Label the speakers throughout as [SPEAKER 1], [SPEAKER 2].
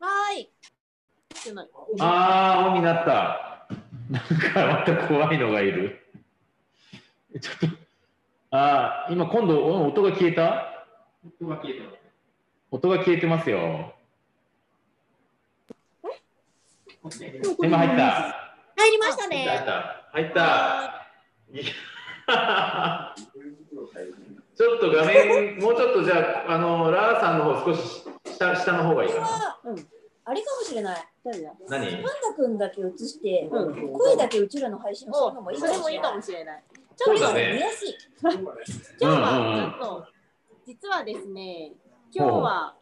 [SPEAKER 1] はーい。ってなる
[SPEAKER 2] あー、青になった。なんかまた怖いのがいる。えちょっと、あー、今今度お音が消えた
[SPEAKER 3] 音が消えてます。
[SPEAKER 2] 音が消えてますよ。
[SPEAKER 3] こっちで
[SPEAKER 2] 今入った。
[SPEAKER 1] 入りました
[SPEAKER 2] 入っ
[SPEAKER 1] ね。
[SPEAKER 2] た。入った。いやちょっと画面、もうちょっとじゃあ、あの、ラーさんの方少し下下の方がいいかな。
[SPEAKER 4] うん。あれかもしれない。何だ
[SPEAKER 2] 何
[SPEAKER 4] パンダ君だけ映して、
[SPEAKER 3] うん
[SPEAKER 4] 声だけうちらの配信をす
[SPEAKER 1] お
[SPEAKER 4] るのもいい
[SPEAKER 1] そ
[SPEAKER 4] かも
[SPEAKER 1] れ
[SPEAKER 4] し
[SPEAKER 1] もい
[SPEAKER 4] れ
[SPEAKER 1] いか
[SPEAKER 4] な
[SPEAKER 1] も
[SPEAKER 4] い。
[SPEAKER 1] しれない。
[SPEAKER 4] ちょっ
[SPEAKER 2] そう
[SPEAKER 4] と
[SPEAKER 2] だね
[SPEAKER 4] 見やすい。
[SPEAKER 1] 今日
[SPEAKER 2] うんうんうん
[SPEAKER 1] はちょっと、実はですね、今日は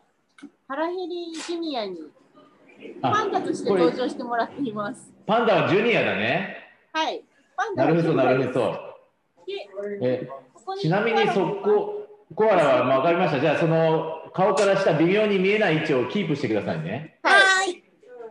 [SPEAKER 1] 腹減りジュニアにパ
[SPEAKER 2] あ
[SPEAKER 1] ンダとして登場してもらっています。
[SPEAKER 2] パンダはジュニアだね。
[SPEAKER 1] はい。パンダ
[SPEAKER 2] な
[SPEAKER 1] は
[SPEAKER 2] るほど、なるほど。
[SPEAKER 1] で
[SPEAKER 2] え
[SPEAKER 1] ここ
[SPEAKER 2] ちなみに、
[SPEAKER 1] コアラが
[SPEAKER 2] そこ、コアラは、まあ、わかりました。じゃあ、その、顔から下、微妙に見えない位置をキープしてくださいね。
[SPEAKER 1] は
[SPEAKER 4] ーい。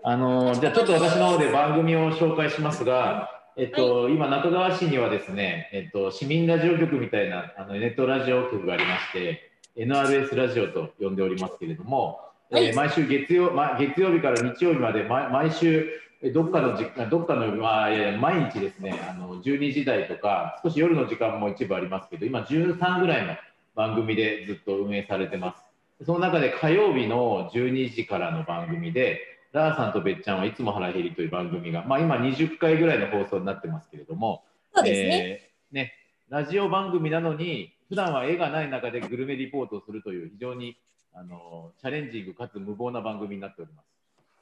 [SPEAKER 2] あのーじゃあちょっと私の方で番組を紹介しますが、えっと、今中川市にはですね、えっと、市民ラジオ局みたいなあのネットラジオ局がありまして NRS ラジオと呼んでおりますけれども、
[SPEAKER 1] はい
[SPEAKER 2] えー毎週月曜、ま、月曜日から日曜日まで毎毎週えどっかのじどっかの、まあ、いやいや毎日ですねあの12時台とか少し夜の時間も一部ありますけど今13ぐらいの番組でずっと運営されてます。その中で火曜日の12時からの番組で、ラーさんとべっちゃんはいつも腹減りという番組が、まあ、今20回ぐらいの放送になってますけれども、
[SPEAKER 4] そうですね。
[SPEAKER 2] えーねラジオ番組なのに、普段は絵がない中でグルメリポートをするという、非常にあのチャレンジングかつ無謀な番組になっております。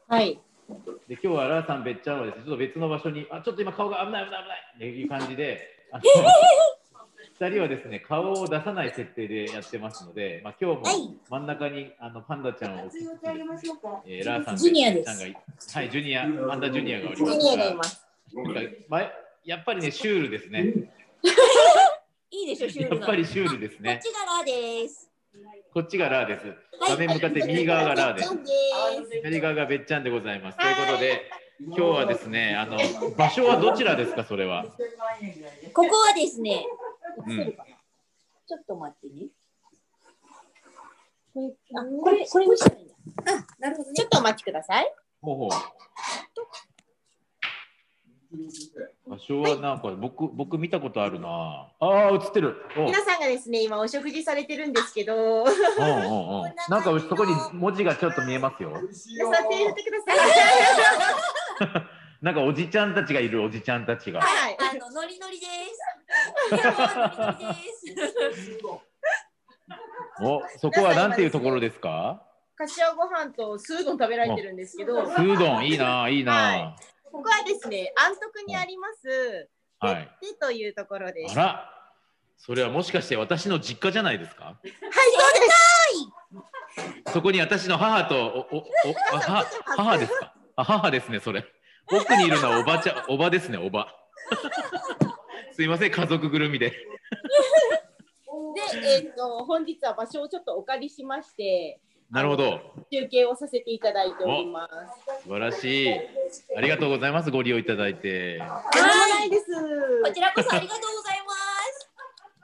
[SPEAKER 1] はい。
[SPEAKER 2] で今日はラーさん、べっちゃんはですね、ちょっと別の場所に、あちょっと今、顔が危ない、危ない、危ないっていう感じで、あの二人はですね、顔を出さない設定でやってますので、まあ今日も
[SPEAKER 4] はい
[SPEAKER 2] 真ん中にあのパンダちゃんを置きつつ、えーラーさん、
[SPEAKER 4] ジュニアです
[SPEAKER 2] べっちゃんがいはい、ジュニア、パンダジュニアがおりま
[SPEAKER 1] ジュ
[SPEAKER 2] す
[SPEAKER 1] ニアがいます。
[SPEAKER 2] なんかまやっぱりね、シュールですね。
[SPEAKER 4] いいでしょ、シュー
[SPEAKER 2] や
[SPEAKER 4] ル
[SPEAKER 2] っ
[SPEAKER 4] な。
[SPEAKER 2] ぱりシュールです
[SPEAKER 4] こっ
[SPEAKER 2] ね。
[SPEAKER 4] ちがラーです。
[SPEAKER 2] こっちがラーです。
[SPEAKER 4] はい
[SPEAKER 2] 画面向かって右側がラーで
[SPEAKER 4] ジャ
[SPEAKER 2] す。
[SPEAKER 4] ンです。
[SPEAKER 2] 左側がべっちゃんでございます。ということで、今日はですね、あの場所はどちらですか、それは。
[SPEAKER 4] ここはですね、
[SPEAKER 2] うん
[SPEAKER 4] 映せるかな、ちょっと待ってね。これ、あ、これ、これ見せたらいいんだ。
[SPEAKER 1] なるほど、ちょっとお待ちください。
[SPEAKER 2] ほうほう。場所はなんか、僕、僕見たことあるな。ああー、映ってる。おう、うん、
[SPEAKER 1] 皆さんがですね、今お食事されてるんですけど、
[SPEAKER 2] うん、うん。なんか、そこに文字がちょっと見えますよ。
[SPEAKER 1] 皆さん手を振ってください。
[SPEAKER 2] なんか、おじちゃんたちがいる、おじちゃんたちが。
[SPEAKER 1] はい。
[SPEAKER 4] あの、ノリノリです。いやノリノ リです。
[SPEAKER 2] お、そこはなんていうところですか。
[SPEAKER 1] カシオご飯とスードン食べられてるんですけど、こ
[SPEAKER 2] スードン、いいな、いいな。
[SPEAKER 1] こはですね、安徳にあります、
[SPEAKER 2] はい。
[SPEAKER 1] でというところで
[SPEAKER 2] あ
[SPEAKER 1] す。はい、
[SPEAKER 2] ら、それはもしかして私の実家じゃないですか。
[SPEAKER 1] そうです。
[SPEAKER 2] そこに私の母とおおおあは母ですか。あ母ですねそれ。奥にいるのはおばちゃんおばですねお ば。すいません家族ぐるみで。
[SPEAKER 1] で、えっ、と、本日は場所をちょっとお借りしまして、
[SPEAKER 2] なるほど。
[SPEAKER 1] 中継をさせていただいております。
[SPEAKER 2] 素晴らしい。ありがとうございますご利用いただいて。
[SPEAKER 1] とんでもないです。
[SPEAKER 4] こちらこそありがとうございます。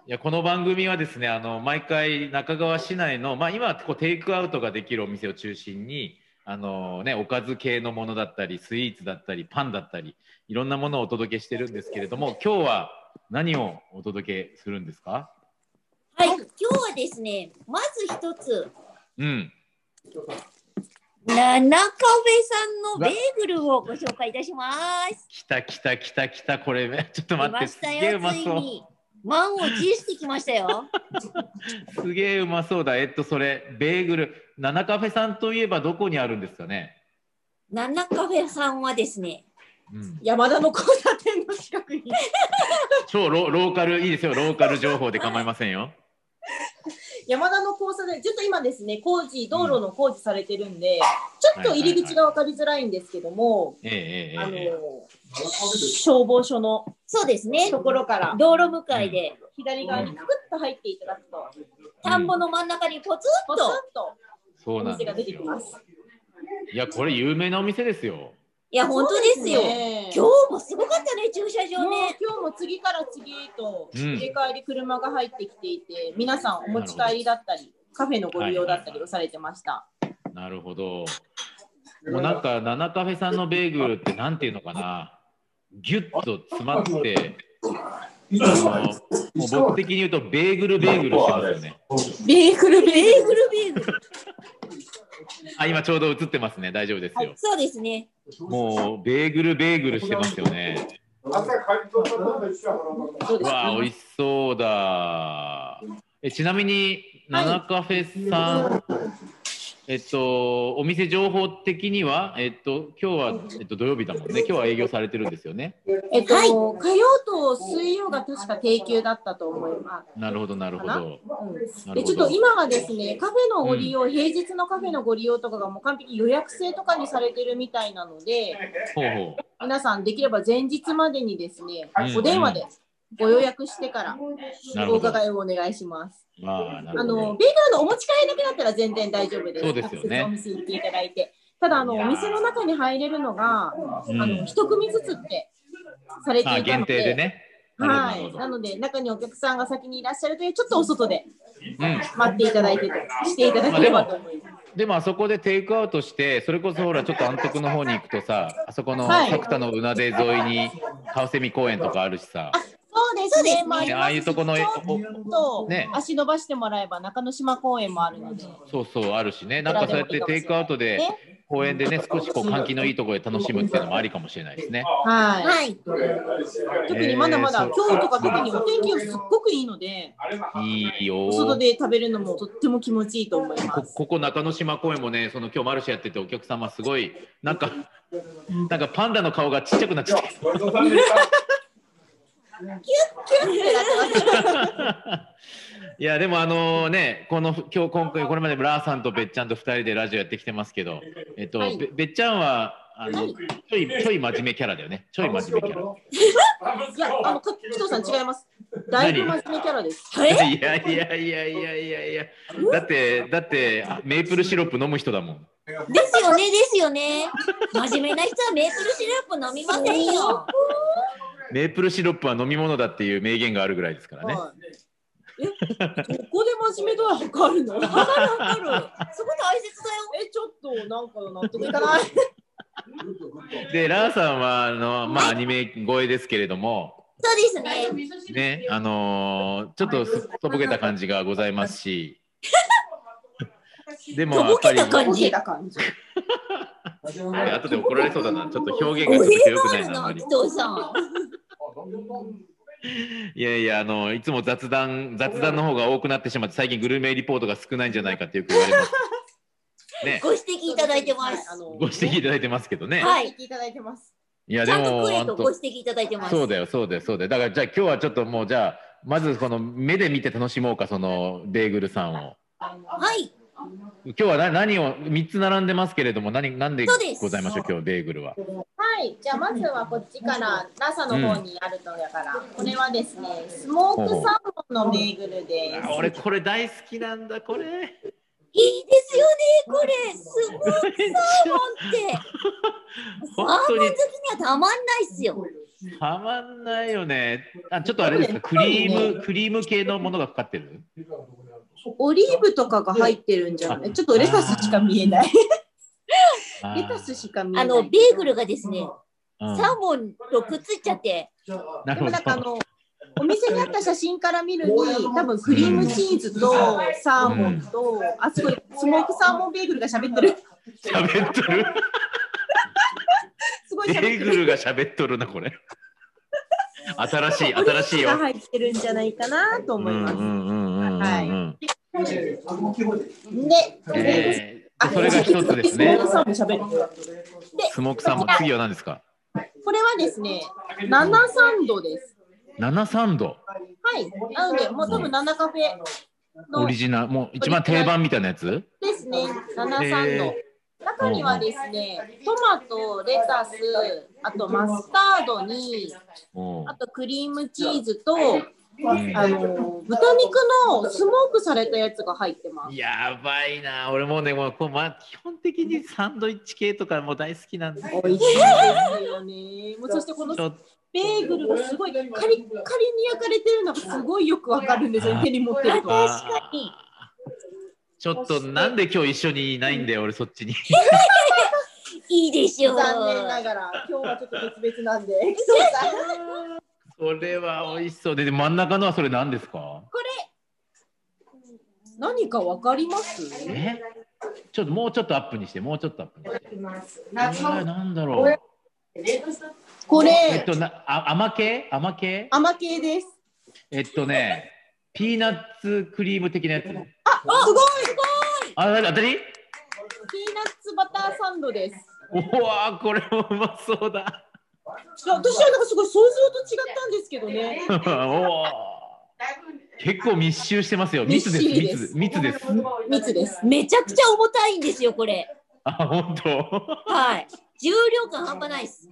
[SPEAKER 2] いやこの番組はですねあの毎回中川市内の、まあ、今はこうテイクアウトができるお店を中心にあの、ね、おかず系のものだったりスイーツだったりパンだったりいろんなものをお届けしてるんですけれども今日は何をお届けするんですか
[SPEAKER 4] はい、今日はですね、まず一つ、
[SPEAKER 2] うん
[SPEAKER 4] 七壁さんのベーグルをご紹介いたします。
[SPEAKER 2] 来た来た来た来たこれ ちょっと
[SPEAKER 4] 来
[SPEAKER 2] 待って
[SPEAKER 4] ますし
[SPEAKER 2] げ
[SPEAKER 4] た
[SPEAKER 2] えう
[SPEAKER 4] よ、
[SPEAKER 2] ま
[SPEAKER 4] つい
[SPEAKER 2] そ
[SPEAKER 4] に。満を持してきましたよ。
[SPEAKER 2] うすげえうまそうだえっとそれベーグル七カフェさんといえばどこにあるんですかね、
[SPEAKER 4] 七カフェさんはですね、
[SPEAKER 2] うん、
[SPEAKER 1] 山田の交差点の近くに。
[SPEAKER 2] 超ロローカルいいですよローカル情報で構いませんよ
[SPEAKER 1] 山田の交差点、ちょっと今ですね、工事、道路の工事されてるんで、ちょっと入り口が分かりづらいんですけども、
[SPEAKER 2] ええええ
[SPEAKER 1] あの
[SPEAKER 2] ええ
[SPEAKER 1] 消防署の
[SPEAKER 4] そうですね、
[SPEAKER 1] ところから
[SPEAKER 4] 道路向かいで、
[SPEAKER 1] 左側にくくっと入っていただくと、
[SPEAKER 4] 田んぼの真ん中にポツ
[SPEAKER 1] ポ
[SPEAKER 4] ン
[SPEAKER 1] ツ
[SPEAKER 4] と、
[SPEAKER 1] ンと
[SPEAKER 2] そう
[SPEAKER 1] お
[SPEAKER 2] なん
[SPEAKER 1] 店が
[SPEAKER 2] で
[SPEAKER 1] 出
[SPEAKER 2] す
[SPEAKER 1] てき
[SPEAKER 2] よ。
[SPEAKER 1] ます。
[SPEAKER 2] いや、これ有名なお店ですよ。
[SPEAKER 4] いや、本当ですよ。
[SPEAKER 1] ね
[SPEAKER 4] 今日もすごかったね、駐車場
[SPEAKER 1] もう
[SPEAKER 4] ね。
[SPEAKER 1] 今日も次から次へと
[SPEAKER 2] うん
[SPEAKER 1] 入れ替えで車が入ってきていて、皆さんお持ち帰りだったり、カフェのご利用だったりをされてました。
[SPEAKER 2] なるほど。もうなんか、ナナカフェさんのベーグルってなんていうのかな、ぎゅっと詰まって、
[SPEAKER 5] いつ
[SPEAKER 2] あ
[SPEAKER 5] も
[SPEAKER 2] のもう僕的に言うと、ベーグルベーグルしてますよね。
[SPEAKER 1] ベーグルベー
[SPEAKER 4] ベーグルビーグル。
[SPEAKER 2] あ、今ちょうど映ってますね、大丈夫です
[SPEAKER 4] はい
[SPEAKER 2] よ。
[SPEAKER 4] そうですね。
[SPEAKER 2] もう、ベーグルベーグルしてますよね。
[SPEAKER 5] 朝帰りとったのと一緒やからなんか
[SPEAKER 1] そう
[SPEAKER 2] う
[SPEAKER 1] です。
[SPEAKER 2] わあ、美味しそうだ。え、ちなみに、
[SPEAKER 1] はい
[SPEAKER 2] ナナカフェさん、えっと、お店情報的には、えっと、今日は、えっと、土曜日だもんね。今日は営業されてるんですよね。
[SPEAKER 1] えっと、
[SPEAKER 4] はい
[SPEAKER 1] 火曜と水曜が確か定休だったと思いま
[SPEAKER 2] なるほど、なるほ
[SPEAKER 1] か
[SPEAKER 2] ど。
[SPEAKER 1] す。うん、
[SPEAKER 2] な
[SPEAKER 1] で
[SPEAKER 2] る
[SPEAKER 1] ちょっと
[SPEAKER 2] ほど。
[SPEAKER 1] 今はですね、カフェのご利用、平日のカフェのご利用とかがもう完璧に予約制とかにされてるみたいなので、
[SPEAKER 2] ほうほ
[SPEAKER 1] 皆さんできれば前日までにですね
[SPEAKER 2] うん、
[SPEAKER 1] お電話でご予約してから
[SPEAKER 2] う。なる
[SPEAKER 1] お
[SPEAKER 2] ほど。
[SPEAKER 1] 伺いをお願いします。
[SPEAKER 2] まあ、な
[SPEAKER 1] あ
[SPEAKER 2] るほ
[SPEAKER 1] の
[SPEAKER 2] ど。
[SPEAKER 1] ベーグルのお持ち帰りだけだったら全然大丈夫です。
[SPEAKER 2] そうですよね
[SPEAKER 1] 直接お店行っていただいて。ただあの、
[SPEAKER 2] いやー
[SPEAKER 1] お店の中に入れるのが、
[SPEAKER 2] う
[SPEAKER 1] あの
[SPEAKER 2] ん、
[SPEAKER 1] 一組ずつってされていた
[SPEAKER 2] あ、
[SPEAKER 1] ので、
[SPEAKER 2] 限定でね。な
[SPEAKER 1] は
[SPEAKER 2] るほ
[SPEAKER 1] い。
[SPEAKER 2] ど、
[SPEAKER 1] な
[SPEAKER 2] なる
[SPEAKER 1] ので、中にお客さんが先にいらっしゃるという、ちょっとお外で
[SPEAKER 2] ほど。うん。
[SPEAKER 1] 待っていただいてと、していただければと思います。
[SPEAKER 2] でもあそこでテイクアウトして、それこそほら、ちょっと安徳の方に行くとさ、あそこの
[SPEAKER 1] はい
[SPEAKER 2] 角田のうなで沿いに、カウセミ公園とかあるしさ、
[SPEAKER 1] そうですね。まあ、
[SPEAKER 2] ねああいうとこの
[SPEAKER 1] ちょっと
[SPEAKER 2] ね
[SPEAKER 1] 足伸ばしてもらえば、中之島公園もあるので。
[SPEAKER 2] そうそうあるしね、なんかそうやってテイクアウトで
[SPEAKER 1] ね、
[SPEAKER 2] 公園でね、少しこう換気のいいところで楽しむっていうのもありかもしれないですね。
[SPEAKER 1] はい。
[SPEAKER 4] はい。
[SPEAKER 1] 特にまだまだ、
[SPEAKER 2] えー
[SPEAKER 1] 今日とか特にお天気がすっごくいいので、
[SPEAKER 2] いいよ
[SPEAKER 1] お外で食べるのもとっても気持ちいいと思いま
[SPEAKER 2] こ
[SPEAKER 1] す。
[SPEAKER 2] ここ中之島公園もね、その今日マルシェやっててお客様すごいなんか なんかパンダの顔がちっちゃくなっちゃって、
[SPEAKER 5] ごちそうさんでした
[SPEAKER 2] いやでもあのねこの今日今回これまでラーさんとべっちゃんと二人でラジオやってきてますけど、えっと
[SPEAKER 1] はい
[SPEAKER 2] べべっちゃんはあのちょいちょい真面目キャラだよね、ちょい真面目キャラ。
[SPEAKER 1] いや、あの、か紀藤さん違います。だいぶ真面目キャラです。
[SPEAKER 2] いやいやいやいやいやいや。だってだってあメープルシロップ飲む人だもん。
[SPEAKER 4] ですよね、ですよね。真面目な人はメープルシロップ飲みませんよ。
[SPEAKER 2] メープルシロップは飲み物だっていう名言があるぐらいですからね。
[SPEAKER 1] はいえ、ここで真面目度はわかるの。わ かるわかる。そこ大切だよ。え、ちょっと、なんか納得いかない。
[SPEAKER 2] でラーさんはあのまあアニメ声ですけれども
[SPEAKER 4] そうですね。
[SPEAKER 2] ねあのーちょっとすっとぼけた感じがございますし。でも
[SPEAKER 4] と
[SPEAKER 2] や
[SPEAKER 4] ぼ
[SPEAKER 2] っぱ
[SPEAKER 4] け
[SPEAKER 2] り
[SPEAKER 4] た感
[SPEAKER 1] ボケ
[SPEAKER 4] じ。
[SPEAKER 1] た感じ。
[SPEAKER 2] ね後で怒られそうだなちょっと表現
[SPEAKER 4] お
[SPEAKER 2] がちょっと
[SPEAKER 4] へ
[SPEAKER 2] 良く
[SPEAKER 4] があ
[SPEAKER 2] ないな
[SPEAKER 4] る
[SPEAKER 2] あん
[SPEAKER 4] な、
[SPEAKER 2] ま
[SPEAKER 4] 紀
[SPEAKER 2] り
[SPEAKER 4] 藤さん。
[SPEAKER 2] いやいやあのいつも雑談雑談の方が多くなってしまって最近グルメリポートが少ないんじゃないかってよく言われます。 ね
[SPEAKER 4] ご指摘いただいてます。
[SPEAKER 1] ご
[SPEAKER 2] ご指摘いただいてますけどね。
[SPEAKER 4] はい
[SPEAKER 1] いただいてます。
[SPEAKER 2] いや
[SPEAKER 4] ち
[SPEAKER 2] で
[SPEAKER 4] ゃんと
[SPEAKER 2] も
[SPEAKER 4] クレ
[SPEAKER 2] 本
[SPEAKER 4] と
[SPEAKER 2] 当
[SPEAKER 4] ご指摘いただいてます。
[SPEAKER 2] そうだよ、そうだよ、そうだよ。だから、じゃあ、今日はちょっともう、じゃあ、まず、この目で見て楽しもうか、そのベーグルさんを。
[SPEAKER 4] はい。
[SPEAKER 2] 今日はな何を、三つ並んでますけれども、何、なんで
[SPEAKER 4] そうです
[SPEAKER 2] ございましょう、今日ベーグルは。
[SPEAKER 1] はい、じゃあまずはこっちから、NASA の方にあるのだから、これはですね、スモークサーモンのベーグルです。
[SPEAKER 2] あ俺、これ大好きなんだ、これ。
[SPEAKER 4] いいですよね、これ。すごい
[SPEAKER 2] めっち
[SPEAKER 4] って。
[SPEAKER 2] ゃ、
[SPEAKER 4] サ
[SPEAKER 2] 本
[SPEAKER 4] ーモン好
[SPEAKER 2] 当
[SPEAKER 4] き
[SPEAKER 2] に
[SPEAKER 4] にはたまんないっすよ。
[SPEAKER 2] たまんないよね。あ、ちょっとあれですか、クリーム、クリーム系のものがかかってる。
[SPEAKER 1] オリーブとかが入ってるんじゃないちょっとレタスしか見えない。
[SPEAKER 2] あ
[SPEAKER 1] レタスしか見えな
[SPEAKER 4] あ
[SPEAKER 1] い。
[SPEAKER 4] の、ベーグルがですね、
[SPEAKER 2] うん
[SPEAKER 4] サーモンとくっついちゃって、
[SPEAKER 2] な
[SPEAKER 1] でも
[SPEAKER 2] る
[SPEAKER 1] なんかあ
[SPEAKER 2] ほど。
[SPEAKER 1] の、お店にあった写真から見るに、多分クリームチーズとサーモンと、あそこスモークサーモンベーグルが喋ってる。
[SPEAKER 2] 喋っとる。
[SPEAKER 1] すごい
[SPEAKER 2] ベ
[SPEAKER 1] 喋って
[SPEAKER 2] ーグ
[SPEAKER 1] る。
[SPEAKER 2] ルが喋っとるな、これ。新しい、新しいよ
[SPEAKER 1] が。入ってるんじゃないかなと思います。
[SPEAKER 2] うんうんうんうんうん
[SPEAKER 1] はいで、
[SPEAKER 2] えーそれが一つですね
[SPEAKER 1] スモー。クサーモン喋る。
[SPEAKER 2] スモークさんも次は何ですか。
[SPEAKER 1] これはですね、七三度です。
[SPEAKER 2] 七三度
[SPEAKER 1] はい。なので、もう多分七カフェ
[SPEAKER 2] オ
[SPEAKER 1] の
[SPEAKER 2] リ
[SPEAKER 1] で
[SPEAKER 2] ジナル、もう一番定番みたいなやつ。
[SPEAKER 1] すね、七
[SPEAKER 2] え
[SPEAKER 1] 三
[SPEAKER 2] ー
[SPEAKER 1] 度。中にはですね、トマト、レタス、あとマスタードに、
[SPEAKER 2] おう
[SPEAKER 1] あとクリームチーズと、
[SPEAKER 2] うん
[SPEAKER 1] あの豚肉のスモークされたやつが入ってます。
[SPEAKER 2] やばいな、俺もうね、もう、こう、ま基本的にサンドイッチ系とかもう大好きなんで。ち
[SPEAKER 1] 美味しいですよね。もうそしてこの
[SPEAKER 2] ょっと
[SPEAKER 1] ベーグルがすごいカリッカリに焼かれてるのがすごいよくわかるんですよね、手に持ってると。
[SPEAKER 2] あ
[SPEAKER 4] 確かに
[SPEAKER 2] ーちょっとなんで今日一緒にいないんだよ、俺そっちに。
[SPEAKER 4] いいでしょう。
[SPEAKER 1] 残念ながら、今日はちょっと別々なんで。そうだ
[SPEAKER 2] それは美味しそうで、で真ん中のはそれ何ですか。
[SPEAKER 1] 何かわかります
[SPEAKER 2] え。ちょっともうちょっとアップにして、もうちょっとアップにして。
[SPEAKER 6] きます。
[SPEAKER 2] えー、なんだろう。
[SPEAKER 6] 冷凍した
[SPEAKER 1] こ
[SPEAKER 2] え
[SPEAKER 1] れ、
[SPEAKER 2] っと、な、あ、甘系、甘系。
[SPEAKER 1] 甘系です。
[SPEAKER 2] えっとね。ピーナッツクリーム的なやつ。
[SPEAKER 1] あ、すごい
[SPEAKER 2] あ、なに当たり。
[SPEAKER 1] ピーナッツバターサンドです。
[SPEAKER 2] おわー、これもうまそうだ。
[SPEAKER 1] いや私はなんかすごい想像と違ったんですけどね。
[SPEAKER 2] おお。結構密集してますよ。密で。
[SPEAKER 1] みっしりですす
[SPEAKER 2] 密、密です。
[SPEAKER 1] 密です。
[SPEAKER 4] めちゃくちゃ重たいんですよ、これ。
[SPEAKER 2] あ、本当。
[SPEAKER 4] はい。重量感半端ないです。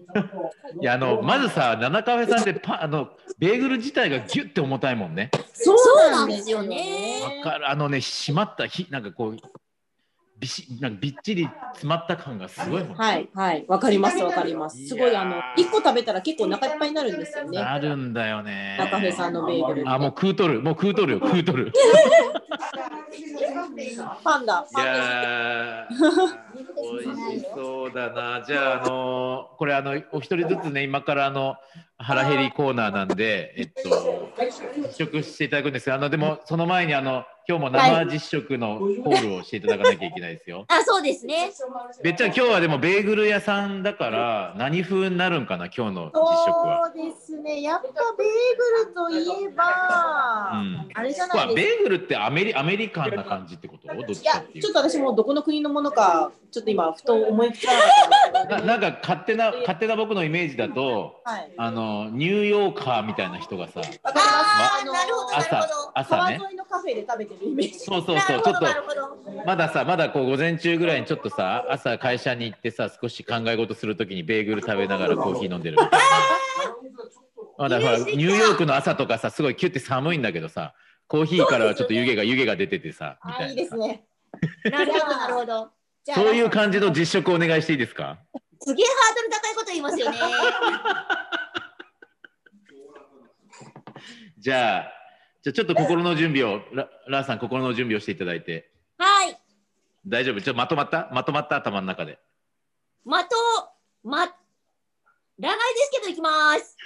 [SPEAKER 2] いや、あの、まずさ、七カフェさんって、パ、あの、ベーグル自体がギュって重たいもんね。
[SPEAKER 1] そう
[SPEAKER 4] なんですよね
[SPEAKER 2] わかるあのね締まったひなんかこうびしなんかびっちり詰まった感がすごいもん、
[SPEAKER 1] はいはいわかりますわかります。すごいあの一個食べたら結構お腹いっぱいになるんですよね。
[SPEAKER 2] なるんだよね
[SPEAKER 1] 中フェさんのベーグル。
[SPEAKER 2] あもう食うとるもう食うとるよ食うと る
[SPEAKER 1] パンダ。
[SPEAKER 2] いやー美味しそうだなじゃああのこれあのお一人ずつね今からあの腹減りコーナーなんでえっと試食していただくんですけどあのでもその前にあの今日も生実食のコールをしていただかなきゃいけないですよ
[SPEAKER 4] あ、そうですね。
[SPEAKER 2] べっちゃん今日はでもベーグル屋さんだから何風になるんかな今日の
[SPEAKER 1] そ
[SPEAKER 2] 実食は。
[SPEAKER 1] うですね。やっぱベーグルといえ
[SPEAKER 2] う
[SPEAKER 1] ば、
[SPEAKER 2] ん。
[SPEAKER 1] あれじゃ
[SPEAKER 2] ま
[SPEAKER 1] な
[SPEAKER 2] あ
[SPEAKER 1] い
[SPEAKER 2] ベ
[SPEAKER 1] です
[SPEAKER 2] ーグルってアメリアメリカンな感じってこと？どっち
[SPEAKER 1] か。い
[SPEAKER 2] か
[SPEAKER 1] や
[SPEAKER 2] ってい
[SPEAKER 1] ちょっ
[SPEAKER 2] う。
[SPEAKER 1] と私もうどこの国のものかちょっと今ふと思いつかなかったんですけ
[SPEAKER 2] な
[SPEAKER 1] ど。
[SPEAKER 2] なんか勝手な勝手な僕のイメージだと
[SPEAKER 1] はい。
[SPEAKER 2] あのニューヨーカーみたいな人がさ
[SPEAKER 1] わかります。
[SPEAKER 4] あーなるほど
[SPEAKER 2] 朝朝
[SPEAKER 1] 川
[SPEAKER 2] ね。
[SPEAKER 1] 沿いのカフェで食べてるイメージ。
[SPEAKER 2] そうそうそうちょっとまださまだこう午前中ぐらいにちょっとさ朝会社に行ってさ少し考え事するときにベーグル食べながらコーヒー飲んでるみたいな。まだほらニューヨークの朝とかさすごいキュって寒いんだけどさコーヒーからはちょっと湯気が湯気が出ててさみ
[SPEAKER 1] あ
[SPEAKER 2] た
[SPEAKER 1] ーい
[SPEAKER 2] い
[SPEAKER 1] い
[SPEAKER 2] な
[SPEAKER 1] で
[SPEAKER 2] さ
[SPEAKER 1] す ね。
[SPEAKER 4] なるほど、なるほど。
[SPEAKER 1] じゃあ
[SPEAKER 2] そういう感じの実食お願いしていいですか
[SPEAKER 4] すげえハードル高いこと言いますよ ね。
[SPEAKER 2] じゃあじゃあちょっと心の準備をララーさん心の準備をしていただいて
[SPEAKER 4] はい。
[SPEAKER 2] 大丈夫ちょっとまとまったまとまった頭の中で
[SPEAKER 4] まと、ま、長いですけど行きます。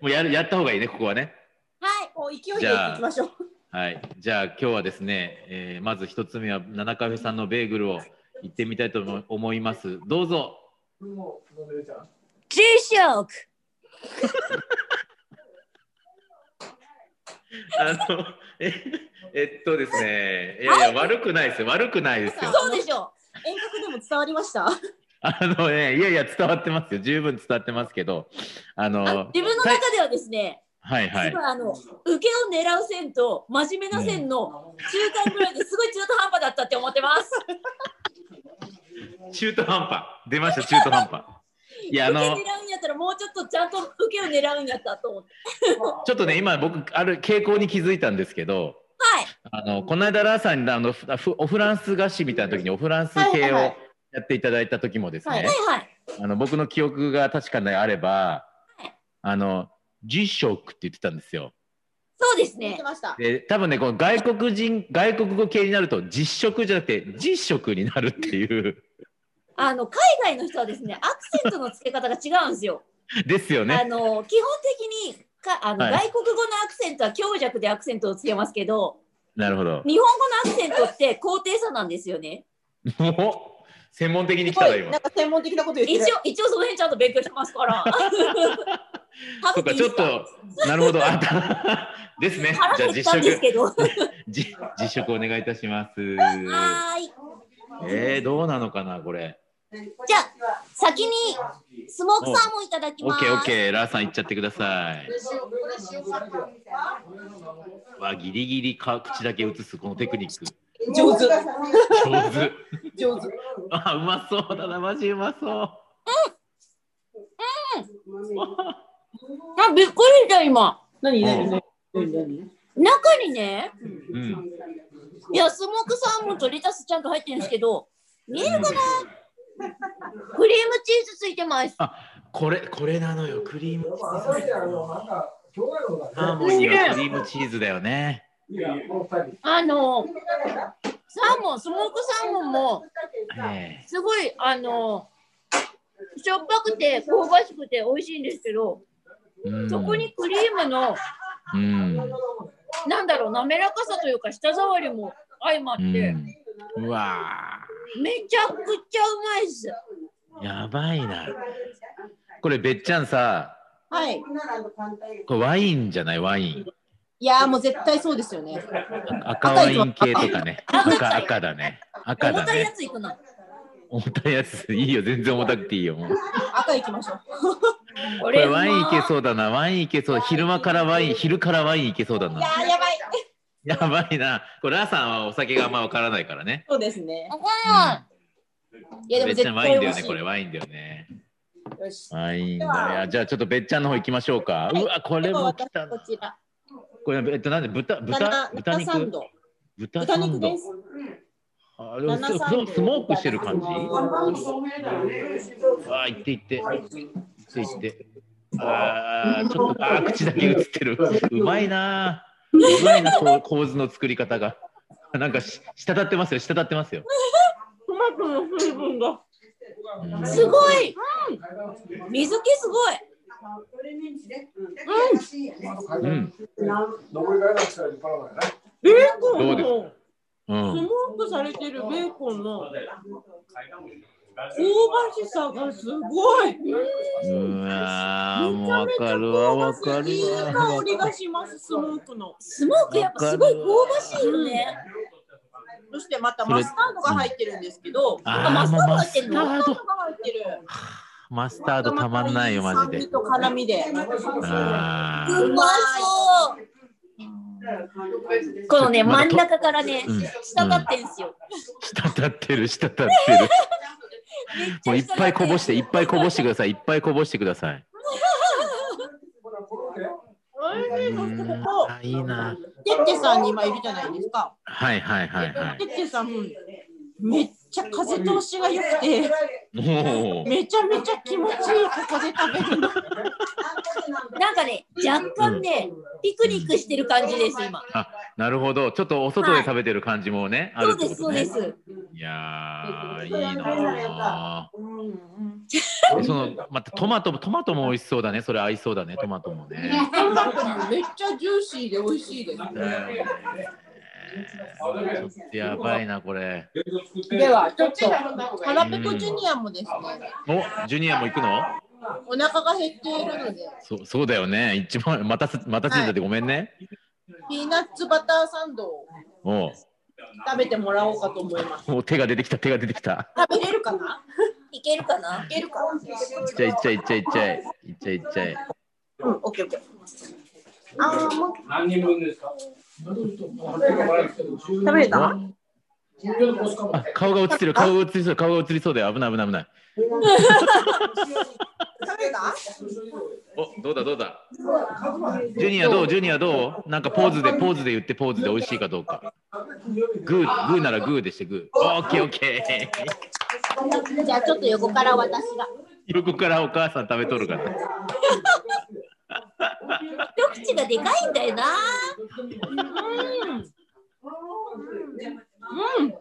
[SPEAKER 2] もうやるやった方がいいねここはね
[SPEAKER 4] はい。
[SPEAKER 1] もう勢いでいきましょう。
[SPEAKER 2] はいじゃあ今日はですね、えーまず一つ目は七カフェさんのベーグルを行ってみたいと思思いますどうぞ
[SPEAKER 4] 住職。
[SPEAKER 2] あのええっとですねいやいや悪くないですよ悪くないですよ
[SPEAKER 4] そうでしょ
[SPEAKER 1] 遠隔でも伝わりました。
[SPEAKER 2] あのね、いやいや、伝わってますよ。十分伝わってますけど、あ
[SPEAKER 4] う。あ
[SPEAKER 2] の、
[SPEAKER 4] 自分の
[SPEAKER 2] さい
[SPEAKER 4] 中ではですね、
[SPEAKER 2] はいは
[SPEAKER 4] す
[SPEAKER 2] い
[SPEAKER 4] ごい。あの、受けを狙う線と真面目な線の中間ぐらいですごい中途半端だったって思ってます。
[SPEAKER 2] 中途半端。出ました、中途半端。 いや、あ
[SPEAKER 4] 受け狙
[SPEAKER 2] の
[SPEAKER 4] うん、やったらもうちょっとちゃんと受けを狙うんやったと思って。
[SPEAKER 2] ちょっとね、今僕、ある傾向に気づいたんですけど、
[SPEAKER 4] は
[SPEAKER 2] あ
[SPEAKER 4] い。
[SPEAKER 2] の、この間、ラーさんに、あの、ふふおフランス菓子みたいな時に、おフランス
[SPEAKER 1] はいはい
[SPEAKER 2] 系を
[SPEAKER 1] はい
[SPEAKER 2] やっていただいた時もです
[SPEAKER 1] はい
[SPEAKER 2] ね、
[SPEAKER 4] はいはい。
[SPEAKER 2] あの、僕の記憶が確かであれば
[SPEAKER 4] はい、
[SPEAKER 2] あの、ジショックって言ってたんですよ。
[SPEAKER 4] そうです
[SPEAKER 1] 言っ
[SPEAKER 4] ね
[SPEAKER 1] て。ました。
[SPEAKER 2] で、多分ね、この外国人、外国語系になると、実食じゃなくて、実食になるっていう。
[SPEAKER 4] あの、海外の人はですね、アクセントの付け方が違うんですよ。
[SPEAKER 2] ですよね。
[SPEAKER 4] あの、基本的に、かあの、
[SPEAKER 2] はい
[SPEAKER 4] 外国語のアクセントは強弱でアクセントをつけますけど、
[SPEAKER 2] なるほど。
[SPEAKER 4] 日本語のアクセントって高低差なんです よね。
[SPEAKER 2] お専門的に来
[SPEAKER 1] すご
[SPEAKER 2] たら
[SPEAKER 1] い
[SPEAKER 2] 今
[SPEAKER 1] なん。か専門的なこと言って
[SPEAKER 4] 一
[SPEAKER 1] る。
[SPEAKER 4] 応、一応その辺ちゃんと勉強してますか ら。
[SPEAKER 2] そ
[SPEAKER 4] 食
[SPEAKER 2] うか、
[SPEAKER 4] べ
[SPEAKER 2] ち
[SPEAKER 4] てい
[SPEAKER 2] ょっ
[SPEAKER 4] いです
[SPEAKER 2] と
[SPEAKER 4] か。、
[SPEAKER 2] なるほど、あた。 ですね。じゃあ
[SPEAKER 4] 腹減った
[SPEAKER 2] 実
[SPEAKER 4] んです
[SPEAKER 2] 食、
[SPEAKER 4] けど。は
[SPEAKER 2] じ実食お願いいたします。
[SPEAKER 4] ーい。
[SPEAKER 2] えー、どうなのかな、これ。
[SPEAKER 4] じゃあ、先にスモークサーモンいただき
[SPEAKER 2] オ
[SPEAKER 4] ま
[SPEAKER 2] ッ
[SPEAKER 4] す。
[SPEAKER 2] ケー、オッケー、ラーさん行っちゃってください。わ、ギリギリか、口だけ移す、このテクニック。
[SPEAKER 1] 上手
[SPEAKER 2] 上 手。
[SPEAKER 1] 上手。
[SPEAKER 2] あ、うまそうだな、マジうまそう。
[SPEAKER 4] あ、びっくりした、今。
[SPEAKER 1] 何
[SPEAKER 2] 何何
[SPEAKER 1] 何何
[SPEAKER 4] 中にね、
[SPEAKER 2] うん。
[SPEAKER 4] いや、スモークサーモンとレタスちゃんと入ってるんですけど、見えるかなクリームチーズついてます。
[SPEAKER 2] これ、これなのよ、クリームチーズ。
[SPEAKER 5] あ
[SPEAKER 2] サーモンにはクリームチーズだよね。
[SPEAKER 4] あの、サーモン、スモークサーモンも、
[SPEAKER 2] え
[SPEAKER 4] すごい、あの、しょっぱくて香ばしくて美味しいんですけど、
[SPEAKER 2] えうん
[SPEAKER 4] そこにクリームの、
[SPEAKER 2] うん
[SPEAKER 4] なんだろう、滑らかさというか、舌触りも相まっ
[SPEAKER 2] う
[SPEAKER 4] て、
[SPEAKER 2] んうわ
[SPEAKER 4] めちゃくちゃうまいっす。
[SPEAKER 2] ーやばいなこれべっちゃんさ
[SPEAKER 1] はい。
[SPEAKER 2] これワインじゃないワイン
[SPEAKER 1] いやーもう絶対そうですよね。
[SPEAKER 2] 赤ワイン系とかね赤赤だね赤
[SPEAKER 4] 重
[SPEAKER 2] だ
[SPEAKER 4] たいや
[SPEAKER 2] ね
[SPEAKER 4] ついくな。
[SPEAKER 2] 重たいやついいよ全然重たくていいよもう
[SPEAKER 1] 赤いきましょう。
[SPEAKER 4] こ
[SPEAKER 2] これワインいけそうだな、ワインいけそう、昼間からワイン、昼からワインいけそう
[SPEAKER 1] い
[SPEAKER 2] だ
[SPEAKER 1] や
[SPEAKER 2] な。
[SPEAKER 1] ーやばい。
[SPEAKER 2] やばいな、これラさんはお酒があんまわからないからね。
[SPEAKER 1] そうですね。
[SPEAKER 4] わかんない。
[SPEAKER 1] いやで
[SPEAKER 2] べ
[SPEAKER 1] も
[SPEAKER 2] っち
[SPEAKER 1] 絶
[SPEAKER 2] ゃんワイン
[SPEAKER 1] 対美
[SPEAKER 2] だよ
[SPEAKER 1] 味
[SPEAKER 2] ね、
[SPEAKER 1] しい。
[SPEAKER 2] これワインだよね。
[SPEAKER 1] よし。
[SPEAKER 2] ワインだ
[SPEAKER 1] では
[SPEAKER 2] ね。あじゃあちょっとべっちゃんの方行きましょうか。
[SPEAKER 1] いう
[SPEAKER 2] わ、これ
[SPEAKER 1] では
[SPEAKER 2] も
[SPEAKER 1] 私
[SPEAKER 2] 来たな
[SPEAKER 1] こ。ちら
[SPEAKER 2] これえっとなんで豚豚
[SPEAKER 1] 七
[SPEAKER 2] 豚
[SPEAKER 1] 七サン
[SPEAKER 2] 肉
[SPEAKER 1] ド
[SPEAKER 2] 豚サ
[SPEAKER 1] 豚肉
[SPEAKER 2] ン
[SPEAKER 1] で
[SPEAKER 2] ド。
[SPEAKER 1] す。
[SPEAKER 2] あれ
[SPEAKER 1] 七サンド
[SPEAKER 2] ススモークしてる感じ。あ行って行って。行って行って。ああ、ちょっとあー口だけ映って る。うまいなー。うまいなこう構図の作り方が。なんかし滴ってますよ。滴ってますよ。
[SPEAKER 1] トマトの水分が。
[SPEAKER 2] うん
[SPEAKER 4] すごい水気すごい
[SPEAKER 1] ベーコンのスモ
[SPEAKER 2] うん。どうですうん。
[SPEAKER 1] ークされてるベーコンの香ばしさがすごい。
[SPEAKER 2] うわー、もうわかるわ、わか
[SPEAKER 1] いい
[SPEAKER 2] るわ。
[SPEAKER 1] 香りがしますスモークの。
[SPEAKER 4] スモークやっぱすごい香ばしいよね
[SPEAKER 1] そしてまたマスタードが入ってるんですけど、
[SPEAKER 2] あ
[SPEAKER 4] あ
[SPEAKER 2] あ、
[SPEAKER 4] マスタード
[SPEAKER 2] もうマ
[SPEAKER 4] 入って
[SPEAKER 2] ス
[SPEAKER 4] ん
[SPEAKER 2] タ
[SPEAKER 4] の
[SPEAKER 2] ード。
[SPEAKER 1] マスタードが入ってる。
[SPEAKER 2] マスタードたまんないよ、マジ
[SPEAKER 1] 酸
[SPEAKER 2] で
[SPEAKER 1] 味。と辛みで。
[SPEAKER 2] あ
[SPEAKER 4] う
[SPEAKER 2] ー
[SPEAKER 4] まそうこのね
[SPEAKER 2] まだ
[SPEAKER 4] 真
[SPEAKER 2] と
[SPEAKER 4] ん中からね
[SPEAKER 2] うん
[SPEAKER 4] 滴ってんすよ
[SPEAKER 2] 滴ってる、滴ってる。もういっぱいこぼして、いっぱいこぼしてください。いっぱいこぼしてください。
[SPEAKER 1] 美味しいそして
[SPEAKER 2] うん
[SPEAKER 1] ここ
[SPEAKER 2] あいいな。
[SPEAKER 1] テッテさんに今いるじゃないですか。
[SPEAKER 2] はいはいはいは
[SPEAKER 1] テッテさんめっちゃ風通しが良くて、
[SPEAKER 2] い。もう
[SPEAKER 1] めちゃめちゃ気持ちいいここで食べるの。
[SPEAKER 4] なんかね若干ねピクニックしてる感じです今
[SPEAKER 2] なるほど。ちょっとお外で食べてる感じもね、あ
[SPEAKER 4] そ
[SPEAKER 2] る
[SPEAKER 4] う
[SPEAKER 2] って
[SPEAKER 4] で
[SPEAKER 2] こ
[SPEAKER 4] すそ
[SPEAKER 2] と
[SPEAKER 4] うで
[SPEAKER 2] ね。
[SPEAKER 4] す
[SPEAKER 2] いやー、いいな
[SPEAKER 1] うん
[SPEAKER 2] ーでそのまたトマトもトマトも美味しそうだね。それ合いそうだね。トマトもね。
[SPEAKER 1] トマトもめっちゃジューシーで美味しいです。
[SPEAKER 2] えーちょっとやばいなこれ。
[SPEAKER 1] ではちょっとハラペコジュニアもですね、
[SPEAKER 2] おジュニアも行くの？
[SPEAKER 1] お腹が減っているので、
[SPEAKER 2] そうそうだよね。一番またすまたついちゃってごめんね。
[SPEAKER 1] ピーナッツバターサンドを
[SPEAKER 2] お
[SPEAKER 1] 食べてもらおうかと思います。
[SPEAKER 2] うお手が出てきた手が出てきた。
[SPEAKER 1] 食べれるかない
[SPEAKER 4] けるかない
[SPEAKER 1] けるか
[SPEAKER 2] いっちゃいっちゃいっちゃいっちゃいいっちゃいっちゃい。
[SPEAKER 1] うん、オッケーオッケー。あー、もう
[SPEAKER 3] 何人分ですか
[SPEAKER 1] 食べれた
[SPEAKER 2] あ顔が映ってる顔が映りそう顔が映りそうだよ危ない危ない危ない。
[SPEAKER 1] 食べれた
[SPEAKER 2] おどうだどうだ。ジュニアどうジュニアどうなんかポーズでポーズで言ってポーズで美味しいかどうか。グーグーならグーでしてグー。オッケーオッケー。
[SPEAKER 4] じゃあちょっと横から私が
[SPEAKER 2] 横からお母さん食べとるから。
[SPEAKER 4] 一口がでかいんだよな
[SPEAKER 2] うん。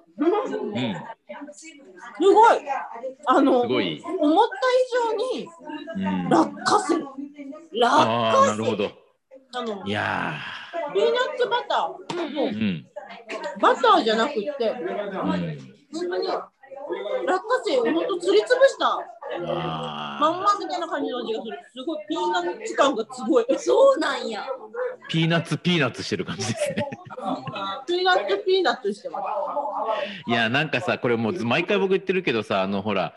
[SPEAKER 1] すごいあの、
[SPEAKER 2] すごい。
[SPEAKER 1] 思った以上に
[SPEAKER 2] うん。あ
[SPEAKER 1] 落花生。
[SPEAKER 4] ラ
[SPEAKER 2] あーなるほど。
[SPEAKER 1] あの、
[SPEAKER 2] いや
[SPEAKER 1] ピーナッツバター、うんう、
[SPEAKER 2] ー。うんん。
[SPEAKER 1] バターじゃなくって、
[SPEAKER 2] うん。
[SPEAKER 1] 本当に落花生を本当すりつぶしたまん
[SPEAKER 2] あ
[SPEAKER 1] まみたいな感じの味がする。すごい、ピーナッツ感がすごい。
[SPEAKER 4] そうなんや
[SPEAKER 2] ーピーナッツピーナッツしてる感じですね。
[SPEAKER 1] ピーナッツピーナッツしてます。
[SPEAKER 2] いやなんかさこれもう毎回僕言ってるけどさあのほら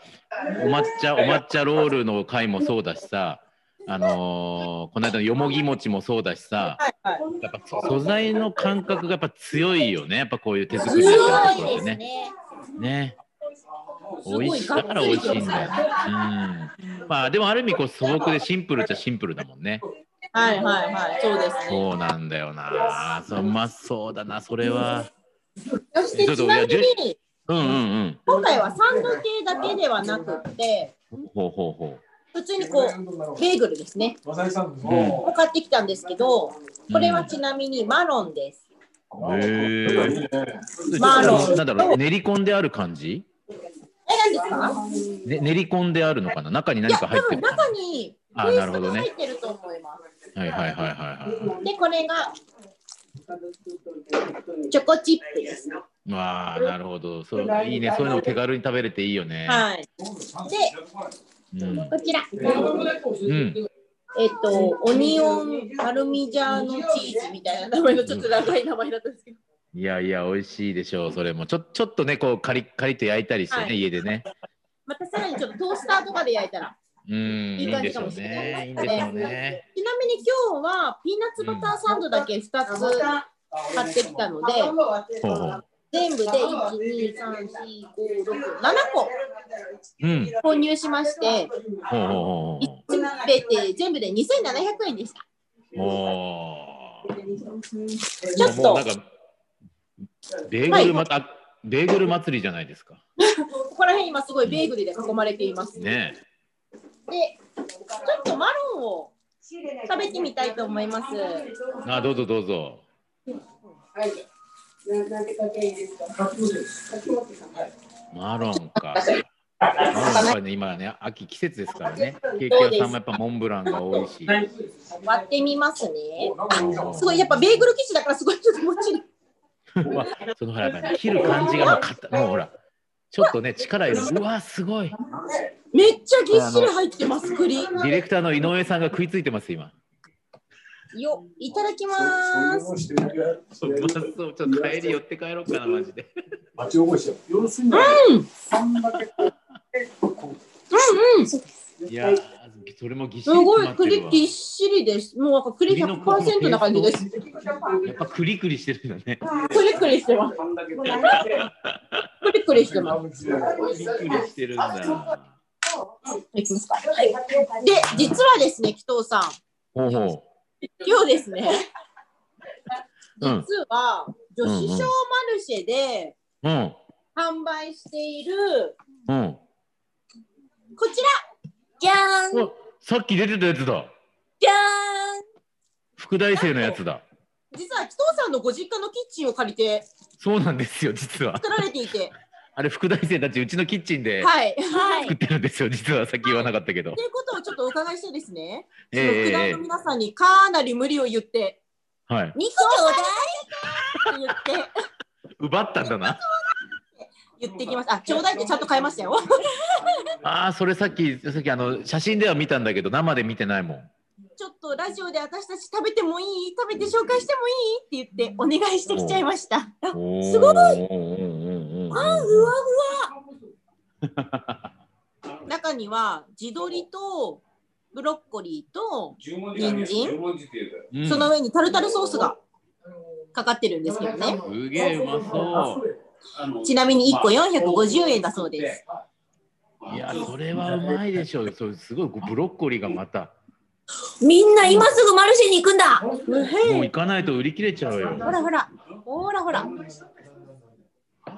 [SPEAKER 2] お抹茶お抹茶ロールの回もそうだしさあのーこの間のよもぎ餅もそうだしさ
[SPEAKER 1] はいはい。
[SPEAKER 2] やっぱ素素材の感覚がやっぱ強いよねやっぱこういう手作りの
[SPEAKER 4] 強
[SPEAKER 2] とこ
[SPEAKER 4] い
[SPEAKER 2] ろ
[SPEAKER 4] で
[SPEAKER 2] ですね
[SPEAKER 4] ね
[SPEAKER 2] ね
[SPEAKER 1] すごい
[SPEAKER 2] 美味しいだから美味しいんだよ、うん、まあでもある意味こう素朴でシンプルっちゃシンプルだもんね
[SPEAKER 1] はいはいはい。そうですね。
[SPEAKER 2] そうなんだよなそううまそうだなそれは
[SPEAKER 1] そしてちなみに、
[SPEAKER 2] うんうんうん
[SPEAKER 1] 今回はサンド系だけではなくって、
[SPEAKER 2] ほうほうほ
[SPEAKER 1] 普通にこう、ベーグルですね。
[SPEAKER 2] う
[SPEAKER 1] を買ってきたんですけど、これはちなみにマロンです。
[SPEAKER 2] うんへえ
[SPEAKER 1] マロン
[SPEAKER 2] なんだろう練り込んである感じ
[SPEAKER 1] ないんですか
[SPEAKER 2] ね、練り込んであるのかな中に
[SPEAKER 1] い
[SPEAKER 2] 何
[SPEAKER 1] や、
[SPEAKER 2] か
[SPEAKER 1] 多
[SPEAKER 2] 入っ
[SPEAKER 1] 分
[SPEAKER 2] てるのか
[SPEAKER 1] 中にペ
[SPEAKER 2] あ
[SPEAKER 1] ー
[SPEAKER 2] なる
[SPEAKER 1] スト
[SPEAKER 2] ほど
[SPEAKER 1] が
[SPEAKER 2] ね
[SPEAKER 1] 入ってると思います。
[SPEAKER 2] なはいはいはいはいは
[SPEAKER 1] で、これがチョコチップです。
[SPEAKER 2] い。わあなるほど。そういいね。そういうの手軽に食べれていいよね。
[SPEAKER 1] はい。
[SPEAKER 2] うん。
[SPEAKER 1] こちら、
[SPEAKER 2] うん。
[SPEAKER 1] えっと、オニオンパルミジャーノチーズみたいな名前のちょっと長い名前だったんですけど、
[SPEAKER 2] いやいや美味しいでしょう。それもちょちょっとねこうカリッカリッと焼いたりしてね、
[SPEAKER 1] はい
[SPEAKER 2] 家でね。
[SPEAKER 1] またさらにちょっとトースターとかで焼いたら。
[SPEAKER 2] うん。
[SPEAKER 1] いい
[SPEAKER 2] いいん
[SPEAKER 1] 感
[SPEAKER 2] で
[SPEAKER 1] じ
[SPEAKER 2] し
[SPEAKER 1] か
[SPEAKER 2] ょう
[SPEAKER 1] もしれな
[SPEAKER 2] ね。いい
[SPEAKER 1] い
[SPEAKER 2] ん
[SPEAKER 1] です
[SPEAKER 2] で
[SPEAKER 1] ね
[SPEAKER 2] しょうね。
[SPEAKER 1] ちなみに今日はピーナッツバターサンドだけ2つ買ってきたので、
[SPEAKER 2] ほうほう。
[SPEAKER 1] 全部で1、2、3、4、5、6、7個
[SPEAKER 2] うん。
[SPEAKER 1] 購入しまして、
[SPEAKER 2] ほうほうほうほう。
[SPEAKER 1] すべて全部で2700円でした。
[SPEAKER 2] おー
[SPEAKER 1] ちょっ
[SPEAKER 2] もう
[SPEAKER 1] と
[SPEAKER 2] なんかベーグルまた、ベーグル祭りじゃないですか。
[SPEAKER 1] ここら辺今すごいベーグルで囲まれています。で、
[SPEAKER 2] ね
[SPEAKER 1] ちょっとマロンを食べてみたいと思います。
[SPEAKER 2] え。あどうぞどうぞ。マロ ンか。マロンやっぱりね今ね秋季節ですからね。ケーキ屋さんもやっぱモンブランが多いし。
[SPEAKER 1] 割ってみますね。
[SPEAKER 2] お
[SPEAKER 1] すごいやっぱベーグル生地だからすごいちょっともちろん
[SPEAKER 2] うわそのほらやっぱね切る感じがもうかもうほらちょっとね力いる。うわすごい。デ
[SPEAKER 1] めっちゃぎっしり入ってます栗。
[SPEAKER 2] ィレクターの井上さんが食いついてます今。
[SPEAKER 1] よいただきます。
[SPEAKER 2] うまそうちょっと帰り寄って帰ろうかなマジで。
[SPEAKER 5] 町おこしよ要するに、そんだけ
[SPEAKER 1] うんうん。す
[SPEAKER 2] いやーそれもぎっしり
[SPEAKER 1] ご
[SPEAKER 2] 詰ま
[SPEAKER 1] い
[SPEAKER 2] ってる
[SPEAKER 1] 栗
[SPEAKER 2] わ。
[SPEAKER 1] ぎっしりです。もうなんか栗100%な感じです。
[SPEAKER 2] やっぱクリクリしてるんだね。
[SPEAKER 1] クリクリしてます。クリクリしてます。
[SPEAKER 2] クリクリしてるんだ。
[SPEAKER 1] いきますか。で、実はですね、紀藤さん、
[SPEAKER 2] ほうほ
[SPEAKER 1] 今日ですね、
[SPEAKER 2] う。うん。
[SPEAKER 1] 実は女子小マルシェで
[SPEAKER 2] うん。
[SPEAKER 1] 販売している、
[SPEAKER 2] うん。
[SPEAKER 1] こち
[SPEAKER 4] じゃーん
[SPEAKER 2] うわさっき出てたやつだ。
[SPEAKER 4] じゃ
[SPEAKER 2] 副大生のやつだ。
[SPEAKER 1] ら、実は紀藤さんのご実家のキッチンを借りて
[SPEAKER 2] そうなんですよ、実は。
[SPEAKER 1] 作られていて、
[SPEAKER 2] あれ、副大生たち、うちのキッチンで
[SPEAKER 1] はい。
[SPEAKER 4] ーんはい
[SPEAKER 2] 作ってるんですよ、実は。さっき言わなかったけど
[SPEAKER 1] と。いうことをちょっとお伺いしてですね、
[SPEAKER 2] え
[SPEAKER 1] その
[SPEAKER 2] え
[SPEAKER 1] 普段
[SPEAKER 2] え
[SPEAKER 1] の皆さんにかなり無理を言って、
[SPEAKER 2] えはい。
[SPEAKER 4] 肉ちょうだい
[SPEAKER 1] って言って、
[SPEAKER 2] 奪ったんだな。
[SPEAKER 1] 言ってきました。あ、ちょうだいってちゃんと買いましたよ。
[SPEAKER 2] ああ、それさっき、さっき、あの、写真では見たんだけど、生で見てないもん。
[SPEAKER 1] ちょっとラジオで私たち食べてもいい食べて紹介してもいいって言ってお願いしてきちゃいました。
[SPEAKER 2] すごい。あ、うわ。
[SPEAKER 1] 中には地鶏とブロッコリーと人
[SPEAKER 6] 人参
[SPEAKER 1] 参
[SPEAKER 2] うん
[SPEAKER 1] その上にタルタルソースがかかってるんですけどね。
[SPEAKER 2] すげえうまそう。
[SPEAKER 1] ちなみに1個450円だそうです。
[SPEAKER 2] いや、それはうまいでしょう。そうすごい、ブロッコリーがまた。
[SPEAKER 4] みんな今すぐマルシェに行くんだ
[SPEAKER 2] もう行かないと売り切れちゃうよ。
[SPEAKER 1] ほらほら、ほらほら。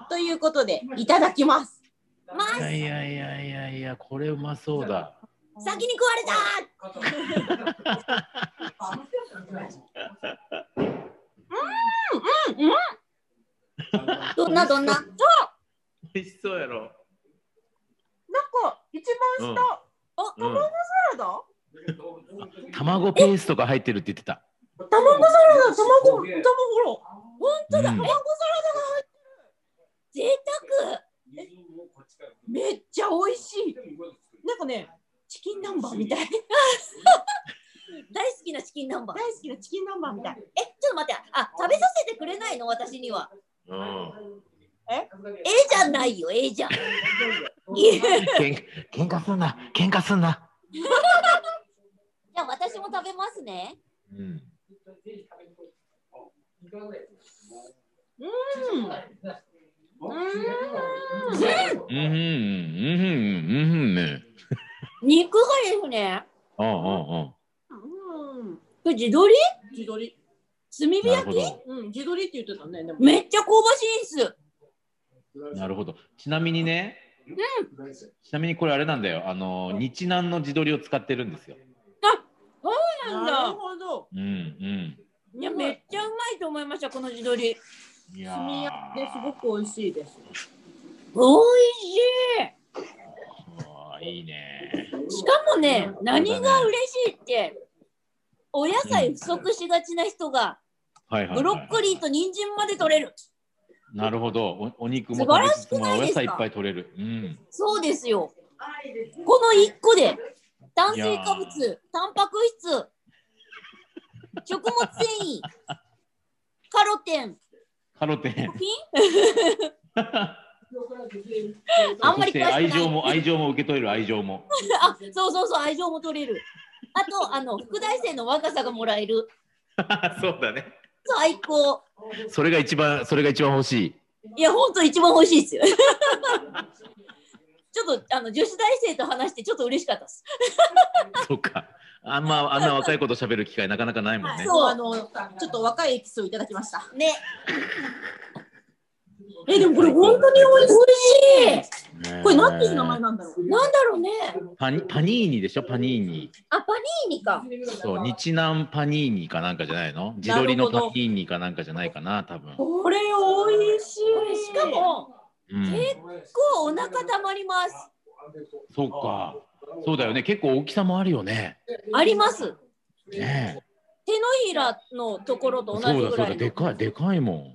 [SPEAKER 1] ということで、いただきます。
[SPEAKER 4] マ
[SPEAKER 2] いやいやいやいやいや、これうまそうだ。
[SPEAKER 4] 先に食われたどんなどんな
[SPEAKER 2] 美味しそうやろ。
[SPEAKER 1] なんか、一
[SPEAKER 2] 番下
[SPEAKER 1] お
[SPEAKER 2] うん、
[SPEAKER 1] ラダ
[SPEAKER 2] 卵ペーストが入ってるって言ってた。
[SPEAKER 1] 卵サラダ、卵、卵ほら。
[SPEAKER 2] 本当だ。
[SPEAKER 4] 贅沢
[SPEAKER 1] めっちゃ美味しい。なんかね、チキン南蛮 みたい。
[SPEAKER 4] 大好きなチキン南蛮
[SPEAKER 1] 大好きなチキン南蛮みたい。
[SPEAKER 4] え、ちょっと待って、あ、食べさせてくれないの私には。
[SPEAKER 2] うん。
[SPEAKER 4] ええじゃないよ、ええじゃん。いやじ
[SPEAKER 2] けん喧嘩すんな、喧嘩すんな。
[SPEAKER 4] ゃあ私も食べますね。
[SPEAKER 2] うん。
[SPEAKER 1] うん。
[SPEAKER 2] うんうんうんうんうんね。
[SPEAKER 4] 肉がですね、
[SPEAKER 2] うんうん
[SPEAKER 1] うん。
[SPEAKER 4] これ地鶏
[SPEAKER 1] 自撮り。
[SPEAKER 4] 炭
[SPEAKER 2] うん。
[SPEAKER 4] 火
[SPEAKER 2] なる
[SPEAKER 4] 焼
[SPEAKER 2] ほ
[SPEAKER 4] き
[SPEAKER 2] ど。
[SPEAKER 1] うん、自撮りって言ってたね。でも
[SPEAKER 4] めっちゃ香ばしいです。
[SPEAKER 2] なるほど。ちなみにね、ちなみにこれあれなんだよ。あの日南の地鶏を使ってるんですよ。
[SPEAKER 4] なんだ
[SPEAKER 1] なるほど。
[SPEAKER 2] うんうん。
[SPEAKER 4] いや、めっちゃうまいと思いました、この地鶏。
[SPEAKER 2] い
[SPEAKER 1] 炭焼きですごく美味しいです。
[SPEAKER 4] おいしい。
[SPEAKER 2] いいね。
[SPEAKER 4] しかもね、何が嬉しいって、お野菜不足しがちな人が、
[SPEAKER 2] はいはい、
[SPEAKER 4] ブロッコリーと人参まで取れる。
[SPEAKER 2] なるほど。おお肉も
[SPEAKER 4] 素晴ら
[SPEAKER 2] 食べつ
[SPEAKER 4] し
[SPEAKER 2] つ
[SPEAKER 4] く
[SPEAKER 2] も
[SPEAKER 4] な
[SPEAKER 2] お
[SPEAKER 4] い
[SPEAKER 2] 野
[SPEAKER 4] ですか
[SPEAKER 2] 菜いっぱい取れる。うん。
[SPEAKER 4] そうですよ。この1個で、炭水化物
[SPEAKER 2] いや、
[SPEAKER 4] タンパク質、食物繊維、カロテン、
[SPEAKER 2] カロテン。 そし
[SPEAKER 4] あんまり詳しく
[SPEAKER 2] て
[SPEAKER 4] ない
[SPEAKER 2] 愛情も愛情も受け取れる愛情も。
[SPEAKER 4] あそうそうそう、愛情も取れる。あと、あの副大生の若さがもらえる。
[SPEAKER 2] そうだね。
[SPEAKER 4] 最高。
[SPEAKER 2] それが一番それが一番欲しい。
[SPEAKER 4] いや、ほんと一番欲しいですよ。 ちょっとあの女子大生と話してちょっと嬉しかったです。
[SPEAKER 2] そうか。あんまあんな若い子と喋る機会なかなかないもんね。
[SPEAKER 1] そう、あの、ちょっと若いエキスをいただきました。
[SPEAKER 4] ね。
[SPEAKER 1] え、でもこれ本当に美味し
[SPEAKER 4] 美味し
[SPEAKER 1] い。これなんていう名前
[SPEAKER 2] ね
[SPEAKER 1] なんだろう。
[SPEAKER 4] い。なんだろうね。
[SPEAKER 2] えパニパニーニでしょパニーニ。
[SPEAKER 4] あ、パニーニか。
[SPEAKER 2] そう日南パニーニかなんかじゃないの？自撮りのパニーニかなんかじゃないかな多分。
[SPEAKER 1] これ美味しい。
[SPEAKER 4] しかも、
[SPEAKER 2] うん。
[SPEAKER 4] 結構お腹たまります。
[SPEAKER 2] そうか。そうだよね。結構大きさもあるよね。
[SPEAKER 4] あります。
[SPEAKER 2] ね
[SPEAKER 4] 手のひらのところ
[SPEAKER 2] え。そ
[SPEAKER 4] と
[SPEAKER 2] う
[SPEAKER 4] 同じ
[SPEAKER 2] だそ
[SPEAKER 4] ぐ
[SPEAKER 2] う
[SPEAKER 4] ら
[SPEAKER 2] だ
[SPEAKER 4] い
[SPEAKER 2] で
[SPEAKER 4] の。
[SPEAKER 2] かいでかいも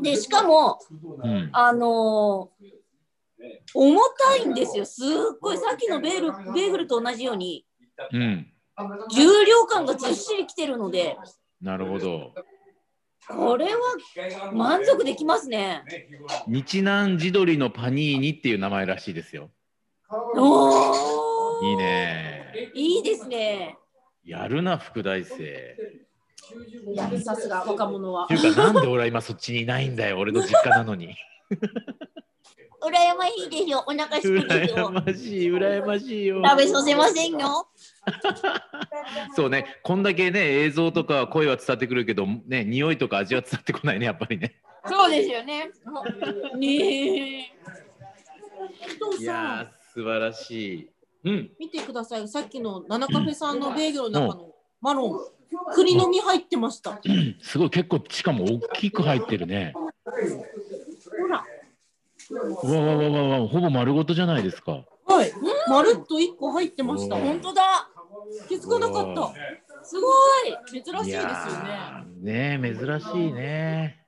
[SPEAKER 4] で、しかも、
[SPEAKER 2] ん。うん。
[SPEAKER 4] あのー重たいんですよ。すっごい。さっきのベールベーグルと同じように、
[SPEAKER 2] うん。
[SPEAKER 4] 重量感がずっしりきてるので、
[SPEAKER 2] なるほど。
[SPEAKER 4] これは満足できますね。
[SPEAKER 2] 日南地鶏のパニーニっていう名前らしいですよ。
[SPEAKER 4] おー
[SPEAKER 2] いい。ね。
[SPEAKER 4] いいですね。
[SPEAKER 2] やるな、副大生。
[SPEAKER 1] やるさすが若者は
[SPEAKER 2] っ。ていうか、なんで俺は今そっちにいないんだよ、俺の実家なのに。
[SPEAKER 4] 羨ましいですよ。お腹すくです
[SPEAKER 2] 羨
[SPEAKER 4] よ。
[SPEAKER 2] ましい、羨ましいよ。
[SPEAKER 4] 食べさせませんよ。
[SPEAKER 2] そうね、こんだけね、映像とか声は伝わってくるけど、ね、匂いとか味は伝わってこないね、やっぱりね。
[SPEAKER 4] そうですよね。ねえ。
[SPEAKER 1] と
[SPEAKER 2] い
[SPEAKER 1] さ
[SPEAKER 2] やー、素晴らしい。うん、
[SPEAKER 1] 見てください。さっきのナナカフェさんのベーグルの中のマロン、栗の実入ってました。
[SPEAKER 2] すごい、結構、しかも大きく入ってるね。
[SPEAKER 1] ほら、
[SPEAKER 2] うわわわわわ、ほぼ丸ごとじゃないですか。
[SPEAKER 1] はい、まるっと一個入ってました。
[SPEAKER 2] うん
[SPEAKER 4] 本当だ。
[SPEAKER 1] 気づかなかった。
[SPEAKER 4] すご
[SPEAKER 1] 珍しい
[SPEAKER 4] い。
[SPEAKER 1] ですよね。
[SPEAKER 2] ね。ね、珍しいね。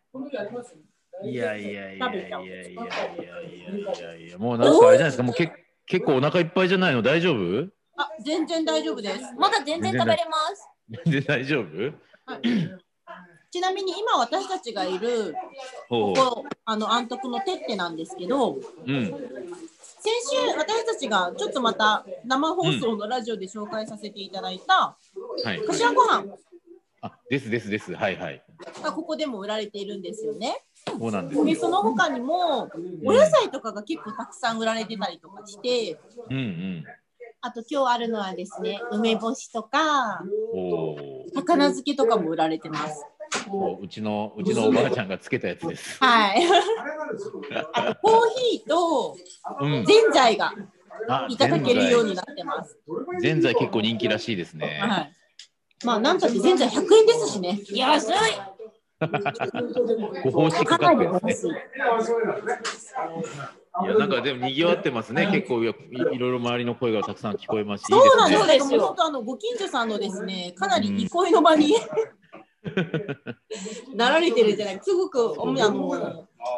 [SPEAKER 2] いやいやいや
[SPEAKER 1] 食
[SPEAKER 2] い
[SPEAKER 1] べ
[SPEAKER 2] やい
[SPEAKER 1] ちゃ
[SPEAKER 2] や
[SPEAKER 1] う
[SPEAKER 2] いやいやいやもうなんかあれじゃないですかもうけ結構お腹いっぱいじゃないの大丈夫
[SPEAKER 1] あ、全然大丈夫です。
[SPEAKER 4] まだ全然食べれます。
[SPEAKER 2] で大丈夫
[SPEAKER 1] ちなみに今私たちがいる
[SPEAKER 2] ほうほ
[SPEAKER 1] こうあの安徳のテッテなんですけど、
[SPEAKER 2] ううん
[SPEAKER 1] 先週私たちがちょっとまた生放送のラジオで紹介させていただいた
[SPEAKER 2] はい
[SPEAKER 1] 柏ご飯
[SPEAKER 2] あですですですはいはい
[SPEAKER 1] がここでも売られているんですよね。
[SPEAKER 2] そうなんです
[SPEAKER 1] でその他にもお野菜とかが結構たくさん売られてたりとかして、
[SPEAKER 2] うんうん
[SPEAKER 1] あと今日あるのはですね梅干しとか
[SPEAKER 2] お
[SPEAKER 1] 高菜漬けとかも売られてます。
[SPEAKER 2] おうちのうちのおばあちゃんがつけたや つです
[SPEAKER 1] はい。あとコーヒーと
[SPEAKER 2] うん
[SPEAKER 1] ぜんざいが
[SPEAKER 2] あ
[SPEAKER 1] いただけるようになってます。
[SPEAKER 2] ぜんざい結構人気らしいですね
[SPEAKER 1] はい。まあ、なんたって全然100円ですしね。
[SPEAKER 4] 安い。
[SPEAKER 2] ご奉仕価
[SPEAKER 1] かな
[SPEAKER 2] 格
[SPEAKER 1] り
[SPEAKER 2] で
[SPEAKER 1] 安
[SPEAKER 2] す
[SPEAKER 1] い
[SPEAKER 2] ね。いやなんかでも賑わってますね結構いやいいろいろ周りの声がたくさん聞こえますしいい
[SPEAKER 1] そうなん
[SPEAKER 2] で
[SPEAKER 1] ですす
[SPEAKER 2] ね
[SPEAKER 1] よ。本当あのご近所さんのですね、かなり憩いの場になられてるじゃない。すごくおみあの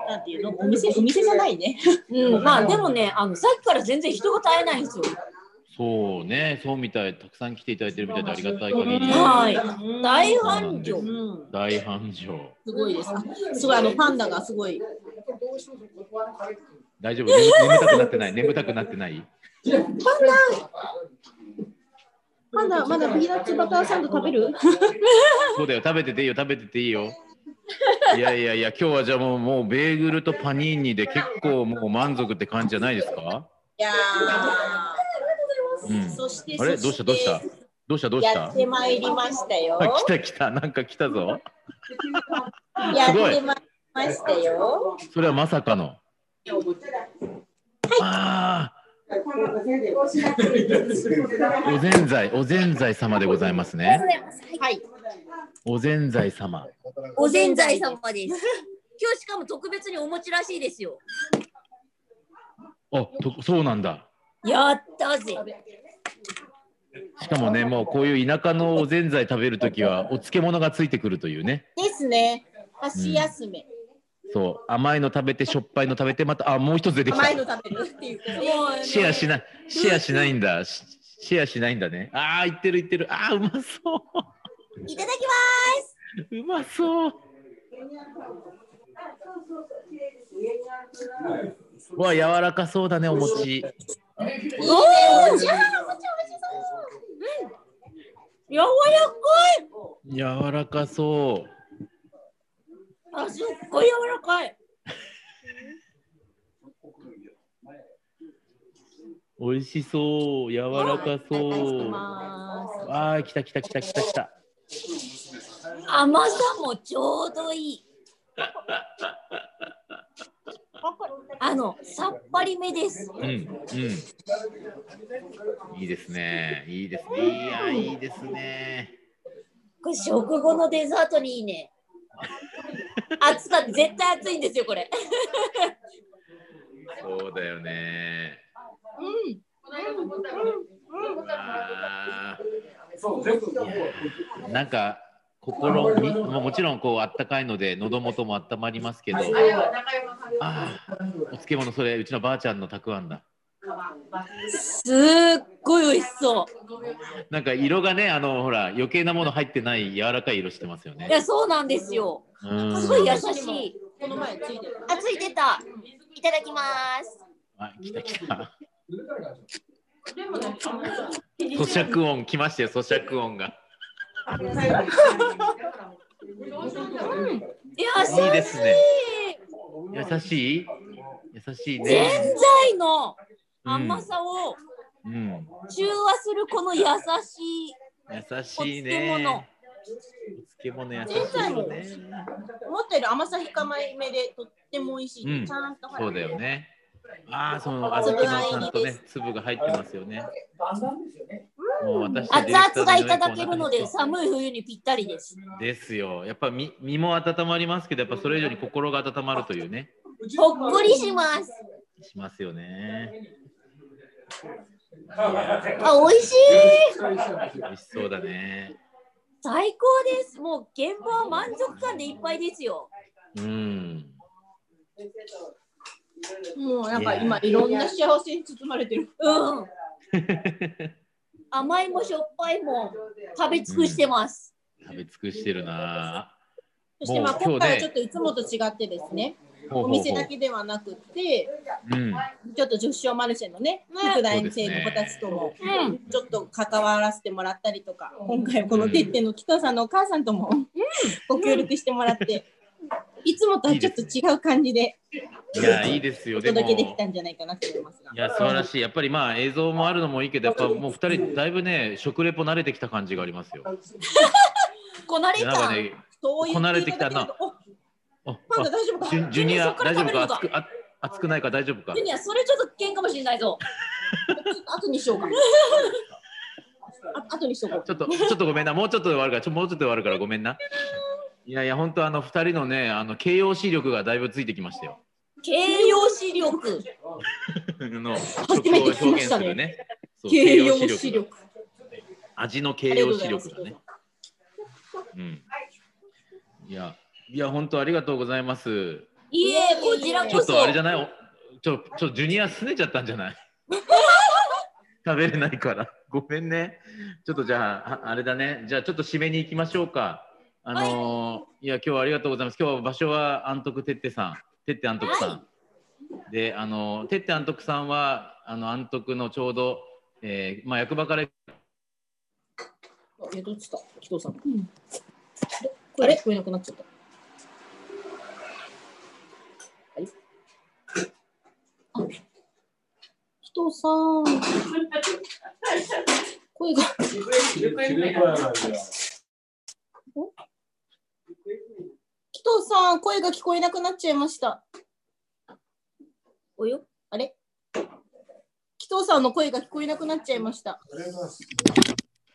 [SPEAKER 1] なんていうのお店お店じゃないね。
[SPEAKER 4] うん、まあでもね、あのさっきから全然人が絶えないんですよ。
[SPEAKER 2] そうね、そうみたい、たくさん来ていただいてるみたいでありがたい限り、
[SPEAKER 4] はい
[SPEAKER 1] うん
[SPEAKER 4] 大繁
[SPEAKER 1] う
[SPEAKER 4] 盛。
[SPEAKER 1] ん。
[SPEAKER 2] 大繁盛。
[SPEAKER 1] すごいです。あすごいあのパンダがすごい。
[SPEAKER 2] 大丈夫、眠 眠たくなってない、眠たくなってない。
[SPEAKER 1] パンダまだピーナッツバターサンド食べる？
[SPEAKER 2] そうだよ、食べてていいよ、食べてていいよ。いやいやいや、今日はじゃあもう、もうベーグルとパニーニで結構もう満足って感じじゃないですか。
[SPEAKER 1] いや
[SPEAKER 2] うん
[SPEAKER 1] ー。そして
[SPEAKER 2] あれ、どうした、どうした。どうした、どうし
[SPEAKER 1] や
[SPEAKER 2] た
[SPEAKER 1] っ。てまいりましたよ
[SPEAKER 2] あ。来た来た、なんか来たぞ。
[SPEAKER 1] や
[SPEAKER 2] す
[SPEAKER 1] っ
[SPEAKER 2] ごい
[SPEAKER 1] てまいりましたよ。
[SPEAKER 2] それはまさかの。ああ、おぜんざい、おぜんざい様でございますね。
[SPEAKER 4] はい。
[SPEAKER 2] おぜんざい様。
[SPEAKER 4] おぜんざい様です。今日しかも特別にお持ちらしいですよ。
[SPEAKER 2] あ、とそうなんだ。
[SPEAKER 4] やったぜ。
[SPEAKER 2] しかもね、もうこういう田舎のおぜんざい食べるときは、お漬物がついてくるというね、
[SPEAKER 1] ですね。箸休め。
[SPEAKER 2] そう、甘いの食べて、しょっぱいの食べて、また、あ、もう一つ出てきた
[SPEAKER 1] 甘い。の食べるっていうことで。
[SPEAKER 2] シェアしない、シェアしないんだ。シシェアしないんだね。ああ、いってるいってる。ああ、うまそ
[SPEAKER 4] いただき
[SPEAKER 2] う。うまそう。うわ、柔らかそうだね、お餅。
[SPEAKER 4] ます。おお、じゃあ、うん。やわやかい。
[SPEAKER 2] 柔らかそう。
[SPEAKER 4] あ、すっごい柔らかい。
[SPEAKER 2] 美味しそう、柔らか
[SPEAKER 1] い
[SPEAKER 2] そ
[SPEAKER 1] ただき
[SPEAKER 2] う。
[SPEAKER 1] ます
[SPEAKER 2] ああ、来た来た来た来た来た。
[SPEAKER 4] 甘さもちょうどいい。あの、さっぱりめです。
[SPEAKER 2] うん、うん。いいですね。いいですね。いや、いいですね。
[SPEAKER 4] これ食後のデザートにいいね。暑さ、絶対暑いんですよ、これ。
[SPEAKER 2] そうだよね。うわ
[SPEAKER 5] そう、全部
[SPEAKER 2] ーいやなんか心みももちろんこうあったかいので喉元も温まりますけど、ああお漬物それうちのばあちゃんのたくあんだ。
[SPEAKER 4] すっごい美味しそ
[SPEAKER 2] なんか色がねあのほら余計なもの入ってない柔らかい色してますよ
[SPEAKER 4] う。
[SPEAKER 2] ね
[SPEAKER 4] い。や、そうなんですよ。
[SPEAKER 2] うん
[SPEAKER 4] すごい優しい。
[SPEAKER 1] この前ついてる。
[SPEAKER 4] あ、ついてた。いただきます。
[SPEAKER 2] あ来た来た。咀嚼音来ましたよ咀嚼音が。
[SPEAKER 4] いや、
[SPEAKER 2] いいですね。
[SPEAKER 4] 優し
[SPEAKER 2] 優しい
[SPEAKER 4] い。
[SPEAKER 2] 優しい
[SPEAKER 4] ぜ
[SPEAKER 2] ね。
[SPEAKER 4] んざいの甘さを
[SPEAKER 2] うん、うん
[SPEAKER 4] 中和するこの優しい。
[SPEAKER 2] 優しいね。お漬物優しいよね。
[SPEAKER 1] 思ったより甘さ控えめでとっても美味しい。
[SPEAKER 2] うん
[SPEAKER 1] ちゃんと入ってる
[SPEAKER 2] そうだよね。ああ、その小豆のちゃんとね、粒が入ってますよね。もう私
[SPEAKER 4] 熱々がいただけるので寒い冬にぴったりです。
[SPEAKER 2] ですよ。やっぱ身身も温まりますけど、やっぱそれ以上に心が温まるというね、
[SPEAKER 4] ほっこりします。
[SPEAKER 2] しますよね。
[SPEAKER 4] あ、美味しい。
[SPEAKER 2] 美味しそうだね。
[SPEAKER 4] 最高です。もう現場は満足感でいっぱいですよ。
[SPEAKER 2] うん。
[SPEAKER 1] もうなんか今いろんな幸せに包まれてる。
[SPEAKER 4] うん。甘いもしょっぱいも食べ尽くしてます。
[SPEAKER 2] 食べ尽くしてるな。
[SPEAKER 1] そしてまあ
[SPEAKER 2] もう
[SPEAKER 1] 今回
[SPEAKER 2] 今日
[SPEAKER 1] は
[SPEAKER 2] ね
[SPEAKER 1] ちょっといつもと違ってですね、
[SPEAKER 2] ほう
[SPEAKER 1] お
[SPEAKER 2] ほうほ
[SPEAKER 1] 店だけではなくて、
[SPEAKER 2] う。うん。
[SPEAKER 1] ちょっと女子小マルシェのね、副大生の子たちとも
[SPEAKER 4] うん。
[SPEAKER 1] ちょっと関わらせてもらったりとか、今回はこのてっての北さんのお母さんともご協力してもらって、いつもとはちょっと違う感じで
[SPEAKER 2] いや、いいですよ。
[SPEAKER 1] お
[SPEAKER 2] でも。
[SPEAKER 1] 届けでき
[SPEAKER 2] い
[SPEAKER 1] たんじゃないかなと思いますが。
[SPEAKER 2] や、素晴らしい。やっぱりまあ映像もあるのもいいけど、やっぱもう二人、だいぶね、食レポ慣れてきた感じがありますよ。
[SPEAKER 4] こなれ
[SPEAKER 2] なんか
[SPEAKER 4] 感。
[SPEAKER 2] ね、
[SPEAKER 1] そういう
[SPEAKER 2] こなれてきたな
[SPEAKER 1] お
[SPEAKER 2] あ
[SPEAKER 1] パンダ
[SPEAKER 2] あ
[SPEAKER 1] 大丈夫か
[SPEAKER 2] ジュジュニ
[SPEAKER 4] そ
[SPEAKER 2] ア
[SPEAKER 4] っ、から
[SPEAKER 2] 大丈
[SPEAKER 4] 食
[SPEAKER 2] 夫
[SPEAKER 4] べる
[SPEAKER 2] か
[SPEAKER 4] の
[SPEAKER 2] 熱
[SPEAKER 4] か
[SPEAKER 2] くあ熱くないか大丈夫か
[SPEAKER 4] ジュニア、それちょっと喧嘩もしれないぞ。
[SPEAKER 1] あとにしようか。あとにしようか。
[SPEAKER 2] ちょっとちょっとごめんなもうちょっとで終わるからちょもうちょっとで終わるからごめんないやいや本当あの二人のねあの形容詞力がだいぶついてきましたよ
[SPEAKER 4] 形容詞力。
[SPEAKER 2] あの
[SPEAKER 1] 初めて聞きましたね
[SPEAKER 2] 食を表現するねそう
[SPEAKER 1] 形容
[SPEAKER 2] 形
[SPEAKER 1] 視
[SPEAKER 2] 容
[SPEAKER 1] 力。
[SPEAKER 2] 味の
[SPEAKER 1] あ
[SPEAKER 2] 形
[SPEAKER 1] りがとう
[SPEAKER 2] 容
[SPEAKER 1] ございま
[SPEAKER 2] 詞
[SPEAKER 1] す
[SPEAKER 2] 力。がねうんいやいや本当ありがとうございます
[SPEAKER 4] いいえ、こちら
[SPEAKER 2] ちょっ
[SPEAKER 4] こそ。
[SPEAKER 2] とあれじゃないおちょちょジュニア拗ねちゃったんじゃない 食べれないからごめんねちょっとじゃあああれだねじゃあちょっと締めに行きましょうかあのーい、や今日はありがとうございます今日は場所は安徳てってさんてって安徳さん、であのーてって安徳さんはあの安徳のちょうど、えーまあ、役場から
[SPEAKER 1] え、どっちだ紀藤さん。あれ聞こえなくなっちゃった。はい。あ紀藤さん。声が。紀藤さん、声が聞こえなくなっちゃいました。およあれ紀藤さんの声が聞こえなくなっちゃいました。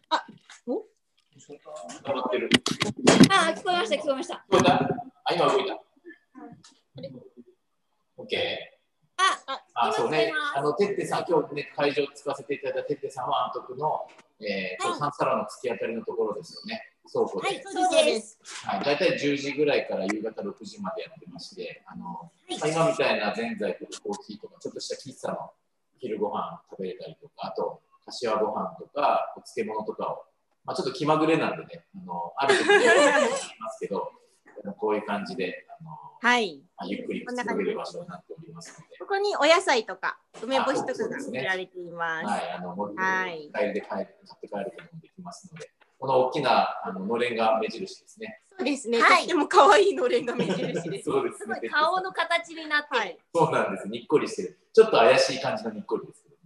[SPEAKER 4] あー、聞こえました、聞こえました。
[SPEAKER 6] 動いたあ、今動いた。オッケー。
[SPEAKER 4] あ、
[SPEAKER 6] あ
[SPEAKER 2] あ、そうね
[SPEAKER 4] 今使いま。す
[SPEAKER 2] あの、てってさん、今日ね、会場使わせていただいたてってさんは、安徳の、えーと、
[SPEAKER 4] はい
[SPEAKER 2] サンサラの突き当たりのところですよね。倉庫で。
[SPEAKER 4] はい、
[SPEAKER 1] そ
[SPEAKER 4] そうう
[SPEAKER 1] で
[SPEAKER 4] です。
[SPEAKER 1] す。
[SPEAKER 2] はい、大体10時ぐらいから夕方6時までやってまして、あの
[SPEAKER 4] はい
[SPEAKER 2] 今みたいなぜんざいとかコーヒーとか、ちょっとした喫茶の昼ご飯食べれたりとか、あと、かしわご飯とか、お漬物とかを、まあ、ちょっと気まぐれなんでね、あのある時にやりますけど、あのこういう感じで、あの
[SPEAKER 6] はい。
[SPEAKER 2] まあゆっくりくつろげる場所になっておりますので、
[SPEAKER 6] ここにお野菜とか梅干しとかが売られています。
[SPEAKER 2] はい、あの、もう
[SPEAKER 6] はい
[SPEAKER 2] 帰りで帰買って帰ることもできますので、この大きなあののれんが目印ですね。
[SPEAKER 6] そうですね。
[SPEAKER 4] はい
[SPEAKER 6] とっても可愛いのれんが目印です。
[SPEAKER 2] そうですす
[SPEAKER 4] ご
[SPEAKER 2] ね
[SPEAKER 4] い。顔の形になってる。
[SPEAKER 6] はい。
[SPEAKER 2] そうなんです。にっこりしてる。ちょっと怪しい感じのにっこりですけど。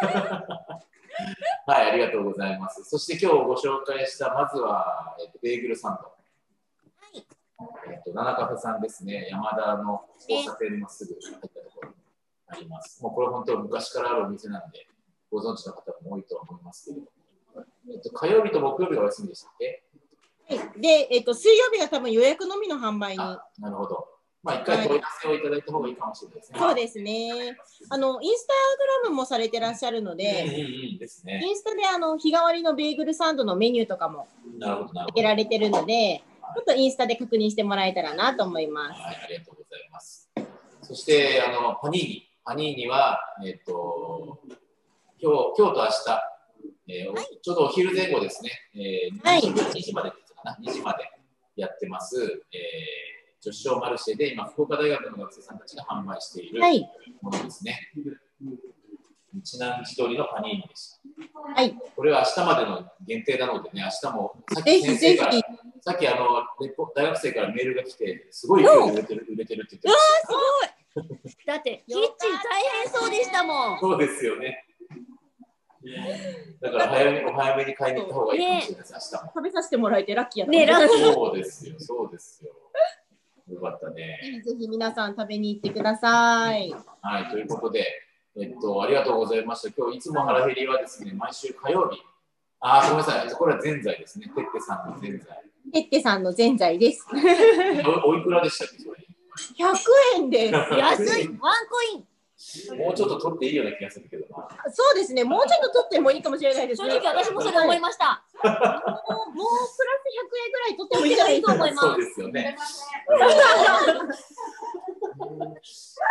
[SPEAKER 2] はい、ありがとうございます。そして今日ご紹介した、まずは、えっと、ベーグルサンド。えっと、七カフェさんですね。山田の交差点のすぐ入ったところにあります。もうこれ本当昔からあるお店なんで、ご存知の方も多いとは思いますけれども。えっと、火曜日と木曜日がお休みでしたっけ
[SPEAKER 1] はいで、えっと、水曜日が多分予約のみの販売に。
[SPEAKER 2] あ、なるほど。まあ、一回問い合わせをいただいた方がいいかもしれないですね。
[SPEAKER 1] そうですね。あの、インスタグラムもされてらっしゃるので、
[SPEAKER 2] うんうんうんですね。
[SPEAKER 1] インスタであの日替わりのベーグルサンドのメニューとかも
[SPEAKER 2] なるほど、なる
[SPEAKER 1] 受
[SPEAKER 2] ほ
[SPEAKER 1] け
[SPEAKER 2] ど。
[SPEAKER 1] られてるので、ちょっとインスタで確認してもらえたらなと思います。
[SPEAKER 2] はい、ありがとうございます。そして、あの、パニーニ。パニーニは、えっ、と、今日、今日と明日、えーおちょうどお昼前後ですね、えー
[SPEAKER 1] はい
[SPEAKER 2] 2時までって言ったかな、2時までやってます、えー、女子小マルシェで今、福岡大学の学生さんたちが販売している
[SPEAKER 1] はい。
[SPEAKER 2] ものですね。日南地通りのパニーニでした。
[SPEAKER 1] はい。
[SPEAKER 2] これは明日までの限定なのでね、明日もさっ
[SPEAKER 1] ぜ
[SPEAKER 2] き
[SPEAKER 1] ひ
[SPEAKER 2] 先
[SPEAKER 1] ぜ
[SPEAKER 2] 生
[SPEAKER 1] ひ。
[SPEAKER 2] か
[SPEAKER 1] わ
[SPEAKER 2] ら
[SPEAKER 1] ー、
[SPEAKER 2] さっきあのレポ大学生からメールが来て、すごい勢いで売れてる、売れてるって言ってました。
[SPEAKER 4] だって、キッチン大変そうでしたもん。
[SPEAKER 2] そうですよね。だから早めにお早めに買いに行った方がいいかもしれないです、
[SPEAKER 1] 食べさせてもらえてラッキーやった
[SPEAKER 4] ねラッ
[SPEAKER 2] 明日も。そうですよ、そうですよ。よかったね。
[SPEAKER 1] ぜひ皆さん食べに行ってください。
[SPEAKER 2] はい、ということで、えっと、ありがとうございました。今日、いつも腹減りはですね、毎週火曜日。あー、ごめんなさい、これはぜんざいですね。てってさんのぜんざい。
[SPEAKER 1] てってさんのぜんざいです。
[SPEAKER 2] おおいくらでしたっけ、それ。
[SPEAKER 1] 100円です。
[SPEAKER 4] 安い、ワンコイン。
[SPEAKER 2] もうちょっと取っていいような気がするけどな。
[SPEAKER 1] そうですね。もうちょっと取ってもいいかもしれないです
[SPEAKER 4] 正
[SPEAKER 1] ね。
[SPEAKER 4] 直、私もそれ思いました。
[SPEAKER 1] もうもうプラス100円ぐらい取ってもいいんじゃないですか。
[SPEAKER 4] 思います
[SPEAKER 2] そうですよね。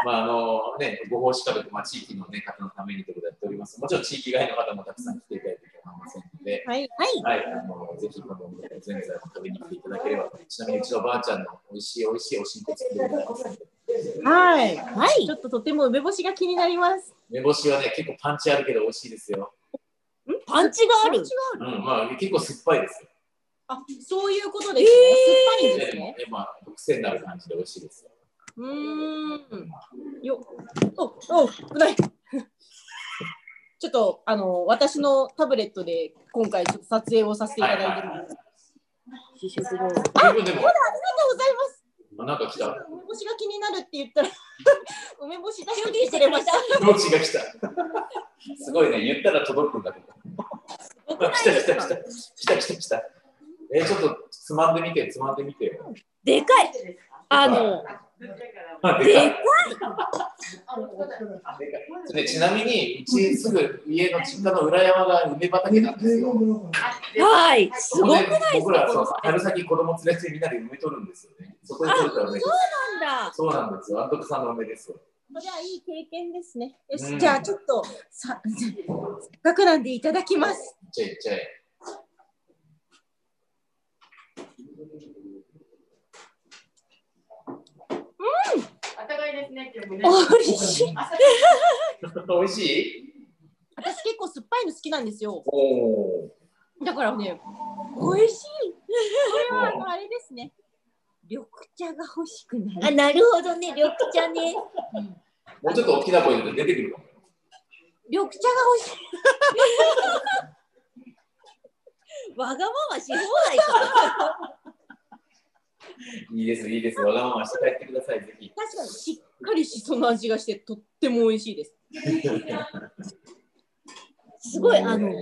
[SPEAKER 2] まああのね、ご奉仕家族、まあ、地域の、ね、方のためにということでやっております。もちろん地域外の方もたくさん来ていただいて構いませんので、
[SPEAKER 1] はい。
[SPEAKER 2] はい、あのぜひこの前菜を食べに来ていただければ、ちなみにうちのばあちゃんの美味しい美味しいおしんこ作っていただきます。
[SPEAKER 1] はい。はい。ちょっととても梅干しが気になります。
[SPEAKER 2] 梅干しはね、結構パンチあるけど美味しいですよ。
[SPEAKER 4] パンチがある。
[SPEAKER 2] うん、まあ結構酸っぱいですよ。
[SPEAKER 1] あ、そういうことですね。酸っぱいんですね。
[SPEAKER 2] でまあ、癖になる感じで美味しいですよ。
[SPEAKER 1] うーん。よっ。お、お、危ない。ちょっと、あの、私のタブレットで今回ちょっと撮影をさせていただいてるんです。試食後。あ、ありがとう
[SPEAKER 2] 十分でも、
[SPEAKER 1] ございます。
[SPEAKER 2] あなんか来た。
[SPEAKER 1] 梅干しが気になるって言ったら 梅干しだよっ
[SPEAKER 4] 準
[SPEAKER 1] て
[SPEAKER 4] 備して
[SPEAKER 1] く
[SPEAKER 4] く
[SPEAKER 1] れ
[SPEAKER 4] れま
[SPEAKER 1] まし
[SPEAKER 4] し
[SPEAKER 1] たた。。
[SPEAKER 2] 表紙が来た。すごいね、言ったら届くんだけど。来た来た来た。来た来た来た。えーちょっとつまんでみて、つまんでみてよ。
[SPEAKER 4] でかい。あの、
[SPEAKER 2] あで
[SPEAKER 4] で
[SPEAKER 2] か
[SPEAKER 4] か
[SPEAKER 2] い
[SPEAKER 4] い。
[SPEAKER 2] でちなみに、うちすぐ家の実家の裏山が梅畑なんですよ。
[SPEAKER 4] はい。すごくない
[SPEAKER 2] ここ
[SPEAKER 4] です
[SPEAKER 2] 僕
[SPEAKER 4] からこ
[SPEAKER 2] そう
[SPEAKER 4] の
[SPEAKER 2] 春先子供連れてみんなで梅取るんですよね。そこで取れた梅です。
[SPEAKER 4] なんだ。
[SPEAKER 2] そうなんですよ。安徳さんの梅ですよ。
[SPEAKER 1] それはいい経験ですね。 よし、
[SPEAKER 2] うん
[SPEAKER 1] じゃあちょっとさ、せっかくなんでいただきます。
[SPEAKER 2] いっちゃえいっちゃえ。
[SPEAKER 1] おいしい。
[SPEAKER 2] 美味しい
[SPEAKER 1] 私結構酸っぱいの好きなんですよ。
[SPEAKER 2] おお。
[SPEAKER 1] だからね、おいしい。これはあ
[SPEAKER 2] お
[SPEAKER 1] のあれですね。緑茶が欲しくな
[SPEAKER 4] あ、
[SPEAKER 1] る。
[SPEAKER 4] なるほどね。緑茶ね。
[SPEAKER 2] もうちょっと大きな声で出てくるかも。
[SPEAKER 1] 緑茶が欲しい。
[SPEAKER 4] わがままし放題か。
[SPEAKER 2] いいです、いいです。わがままして帰ってください、ぜひ。
[SPEAKER 1] 確かにしっかりしその味がしてとっても美味しいです。
[SPEAKER 4] すごい、あ
[SPEAKER 2] やや
[SPEAKER 4] の、
[SPEAKER 2] やや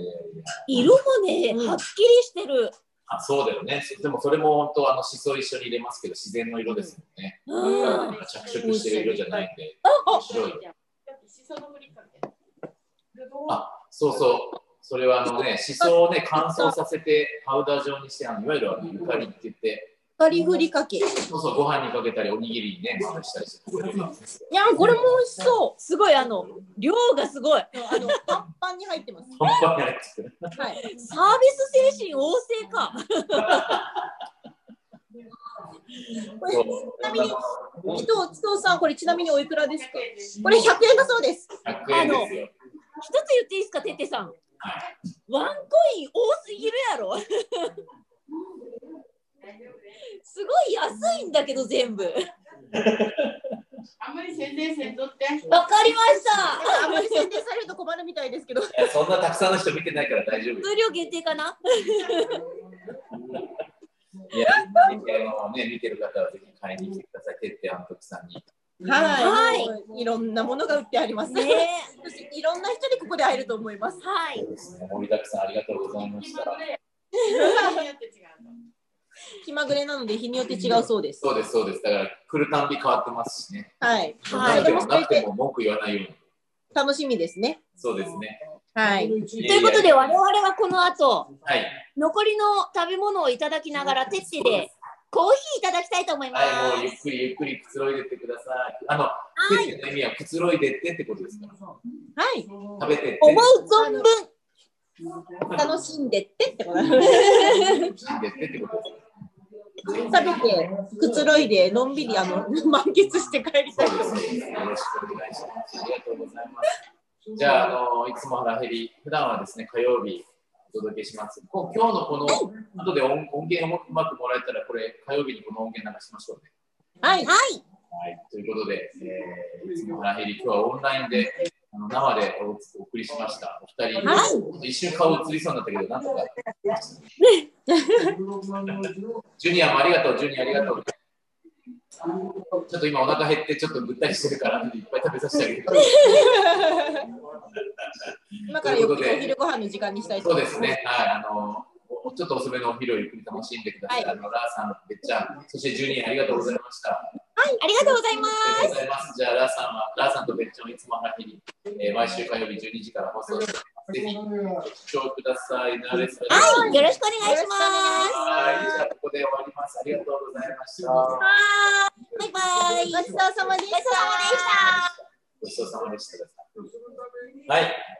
[SPEAKER 4] 色もね、はっきりしてる。
[SPEAKER 2] あ、そうだよね。でもそれも本当、あの、しそ一緒に入れますけど、自然の色ですもんね。
[SPEAKER 4] うん。
[SPEAKER 2] 着色してる色じゃないんで。
[SPEAKER 1] あ
[SPEAKER 2] 白い。
[SPEAKER 7] しそのふりかけ。
[SPEAKER 2] あ、そうそう。それはあのね、しそをね、乾燥させて、パウダー状にして、あのいわゆるあのゆかりって言って、
[SPEAKER 1] カリフリかけ。い
[SPEAKER 2] そうそう、ご飯にかけたり、おにぎりにね、まぶしたりして食べるんですよ。
[SPEAKER 4] や、これも美味しそう。すごい、あの、量がすごい。
[SPEAKER 1] やあの、パンパンに入ってます。
[SPEAKER 2] パンパンに入ってる
[SPEAKER 1] はい。
[SPEAKER 4] サービス精神旺盛か。
[SPEAKER 1] これ、ちなみに、紀藤紀藤さん、これちなみにおいくらですか
[SPEAKER 7] す
[SPEAKER 1] これ100円だそうです。
[SPEAKER 2] 100円ですよ。
[SPEAKER 4] 一つ言っていいですか、てってさん。ワンコイン多すぎるやろ。すごい安いんだけど、全部。わか
[SPEAKER 7] あんまり宣伝せんとって。
[SPEAKER 4] りました。
[SPEAKER 1] あんまり宣伝されると困るみたいですけど。
[SPEAKER 2] いやそんなたくさんの人見てないから大丈夫よ
[SPEAKER 4] 数量限定かない
[SPEAKER 2] や、あのね、見てる方はぜひ買いに来てください。てってあんとくさんに。
[SPEAKER 1] はい。いろんなものが売ってあります。
[SPEAKER 4] ね
[SPEAKER 1] 私いろんな人にここで会えると思います。
[SPEAKER 4] はい。
[SPEAKER 2] ですね、盛りだくさんありがとうございまし
[SPEAKER 7] 決
[SPEAKER 2] た
[SPEAKER 7] ま。って。決まって違うの。
[SPEAKER 1] 気まぐれなので日によって違うそうです。
[SPEAKER 2] そうです、そうです。だから来るたんび変わってますしね。
[SPEAKER 1] はい。
[SPEAKER 4] は
[SPEAKER 2] な
[SPEAKER 4] い
[SPEAKER 2] のでもなくても文句言わないように。
[SPEAKER 1] 楽しみですね。
[SPEAKER 2] そうですね。
[SPEAKER 1] はい。
[SPEAKER 2] と
[SPEAKER 4] ということで、我々はこの後、
[SPEAKER 2] はい。
[SPEAKER 4] 残りの食べ物をいただきながら、てってでコーヒーいただきたいと思いま
[SPEAKER 2] はい、もうゆ
[SPEAKER 4] す。
[SPEAKER 2] っくりゆっくりくつろいでってください。あの、手っていうの意味はくつろいでってってことですから。
[SPEAKER 1] はい。
[SPEAKER 2] 食べてって。
[SPEAKER 4] 思う存分、
[SPEAKER 1] 楽しんでってってこと
[SPEAKER 2] 死んでってってことです
[SPEAKER 1] 食べて、くつろいで、のんびりあの満喫して帰りたいと思い
[SPEAKER 2] そう
[SPEAKER 1] ます。
[SPEAKER 2] ですね。よろしくお願いします。ありがとうございます。じ ゃあ、あのいつも腹減り、普段はですね、火曜日お届けします。こう今日のこの、後で音音源をうまくもらえたら、これ、火曜日にこの音源流しましょうね。
[SPEAKER 1] はい。
[SPEAKER 2] はい、ということで、えー、いつも腹減り、今日はオンラインで、あの生でおお送りしました。お二人、
[SPEAKER 1] はい
[SPEAKER 2] ちょっと一瞬顔映りそうになったけど、なんとか。ジュニアもありがとう、ジュニアありがとう。ちょっと今お腹減って、ちょっとぐったりしてるから、いっぱい食べさせてあげる。
[SPEAKER 1] 今からよくお昼ご飯の時間にしたいと
[SPEAKER 2] そう
[SPEAKER 1] 思い
[SPEAKER 2] で
[SPEAKER 1] ます。
[SPEAKER 2] すね。はい、あの、おちょっと遅めのお昼をゆっくり楽しんでください。
[SPEAKER 1] はい
[SPEAKER 2] あの、ラーさん、べっちゃん、そしてジュニア、ありがとうございました。
[SPEAKER 4] ありがとうございま
[SPEAKER 2] ありがとうございます。じゃあ、ラーさんは、ラーさんとべっちゃんをいつも話に、えー毎週火曜日12時から放送してます。ぜひ、ご視聴ください。ナーレスラ
[SPEAKER 4] す。
[SPEAKER 2] ジ
[SPEAKER 4] はい。よろしくお願いします。
[SPEAKER 2] オはい、じゃあ、ここで終わります。ありがとうございました。
[SPEAKER 4] バイバイ。ごちそうさまでした。
[SPEAKER 2] ごちそうさまでした。はい。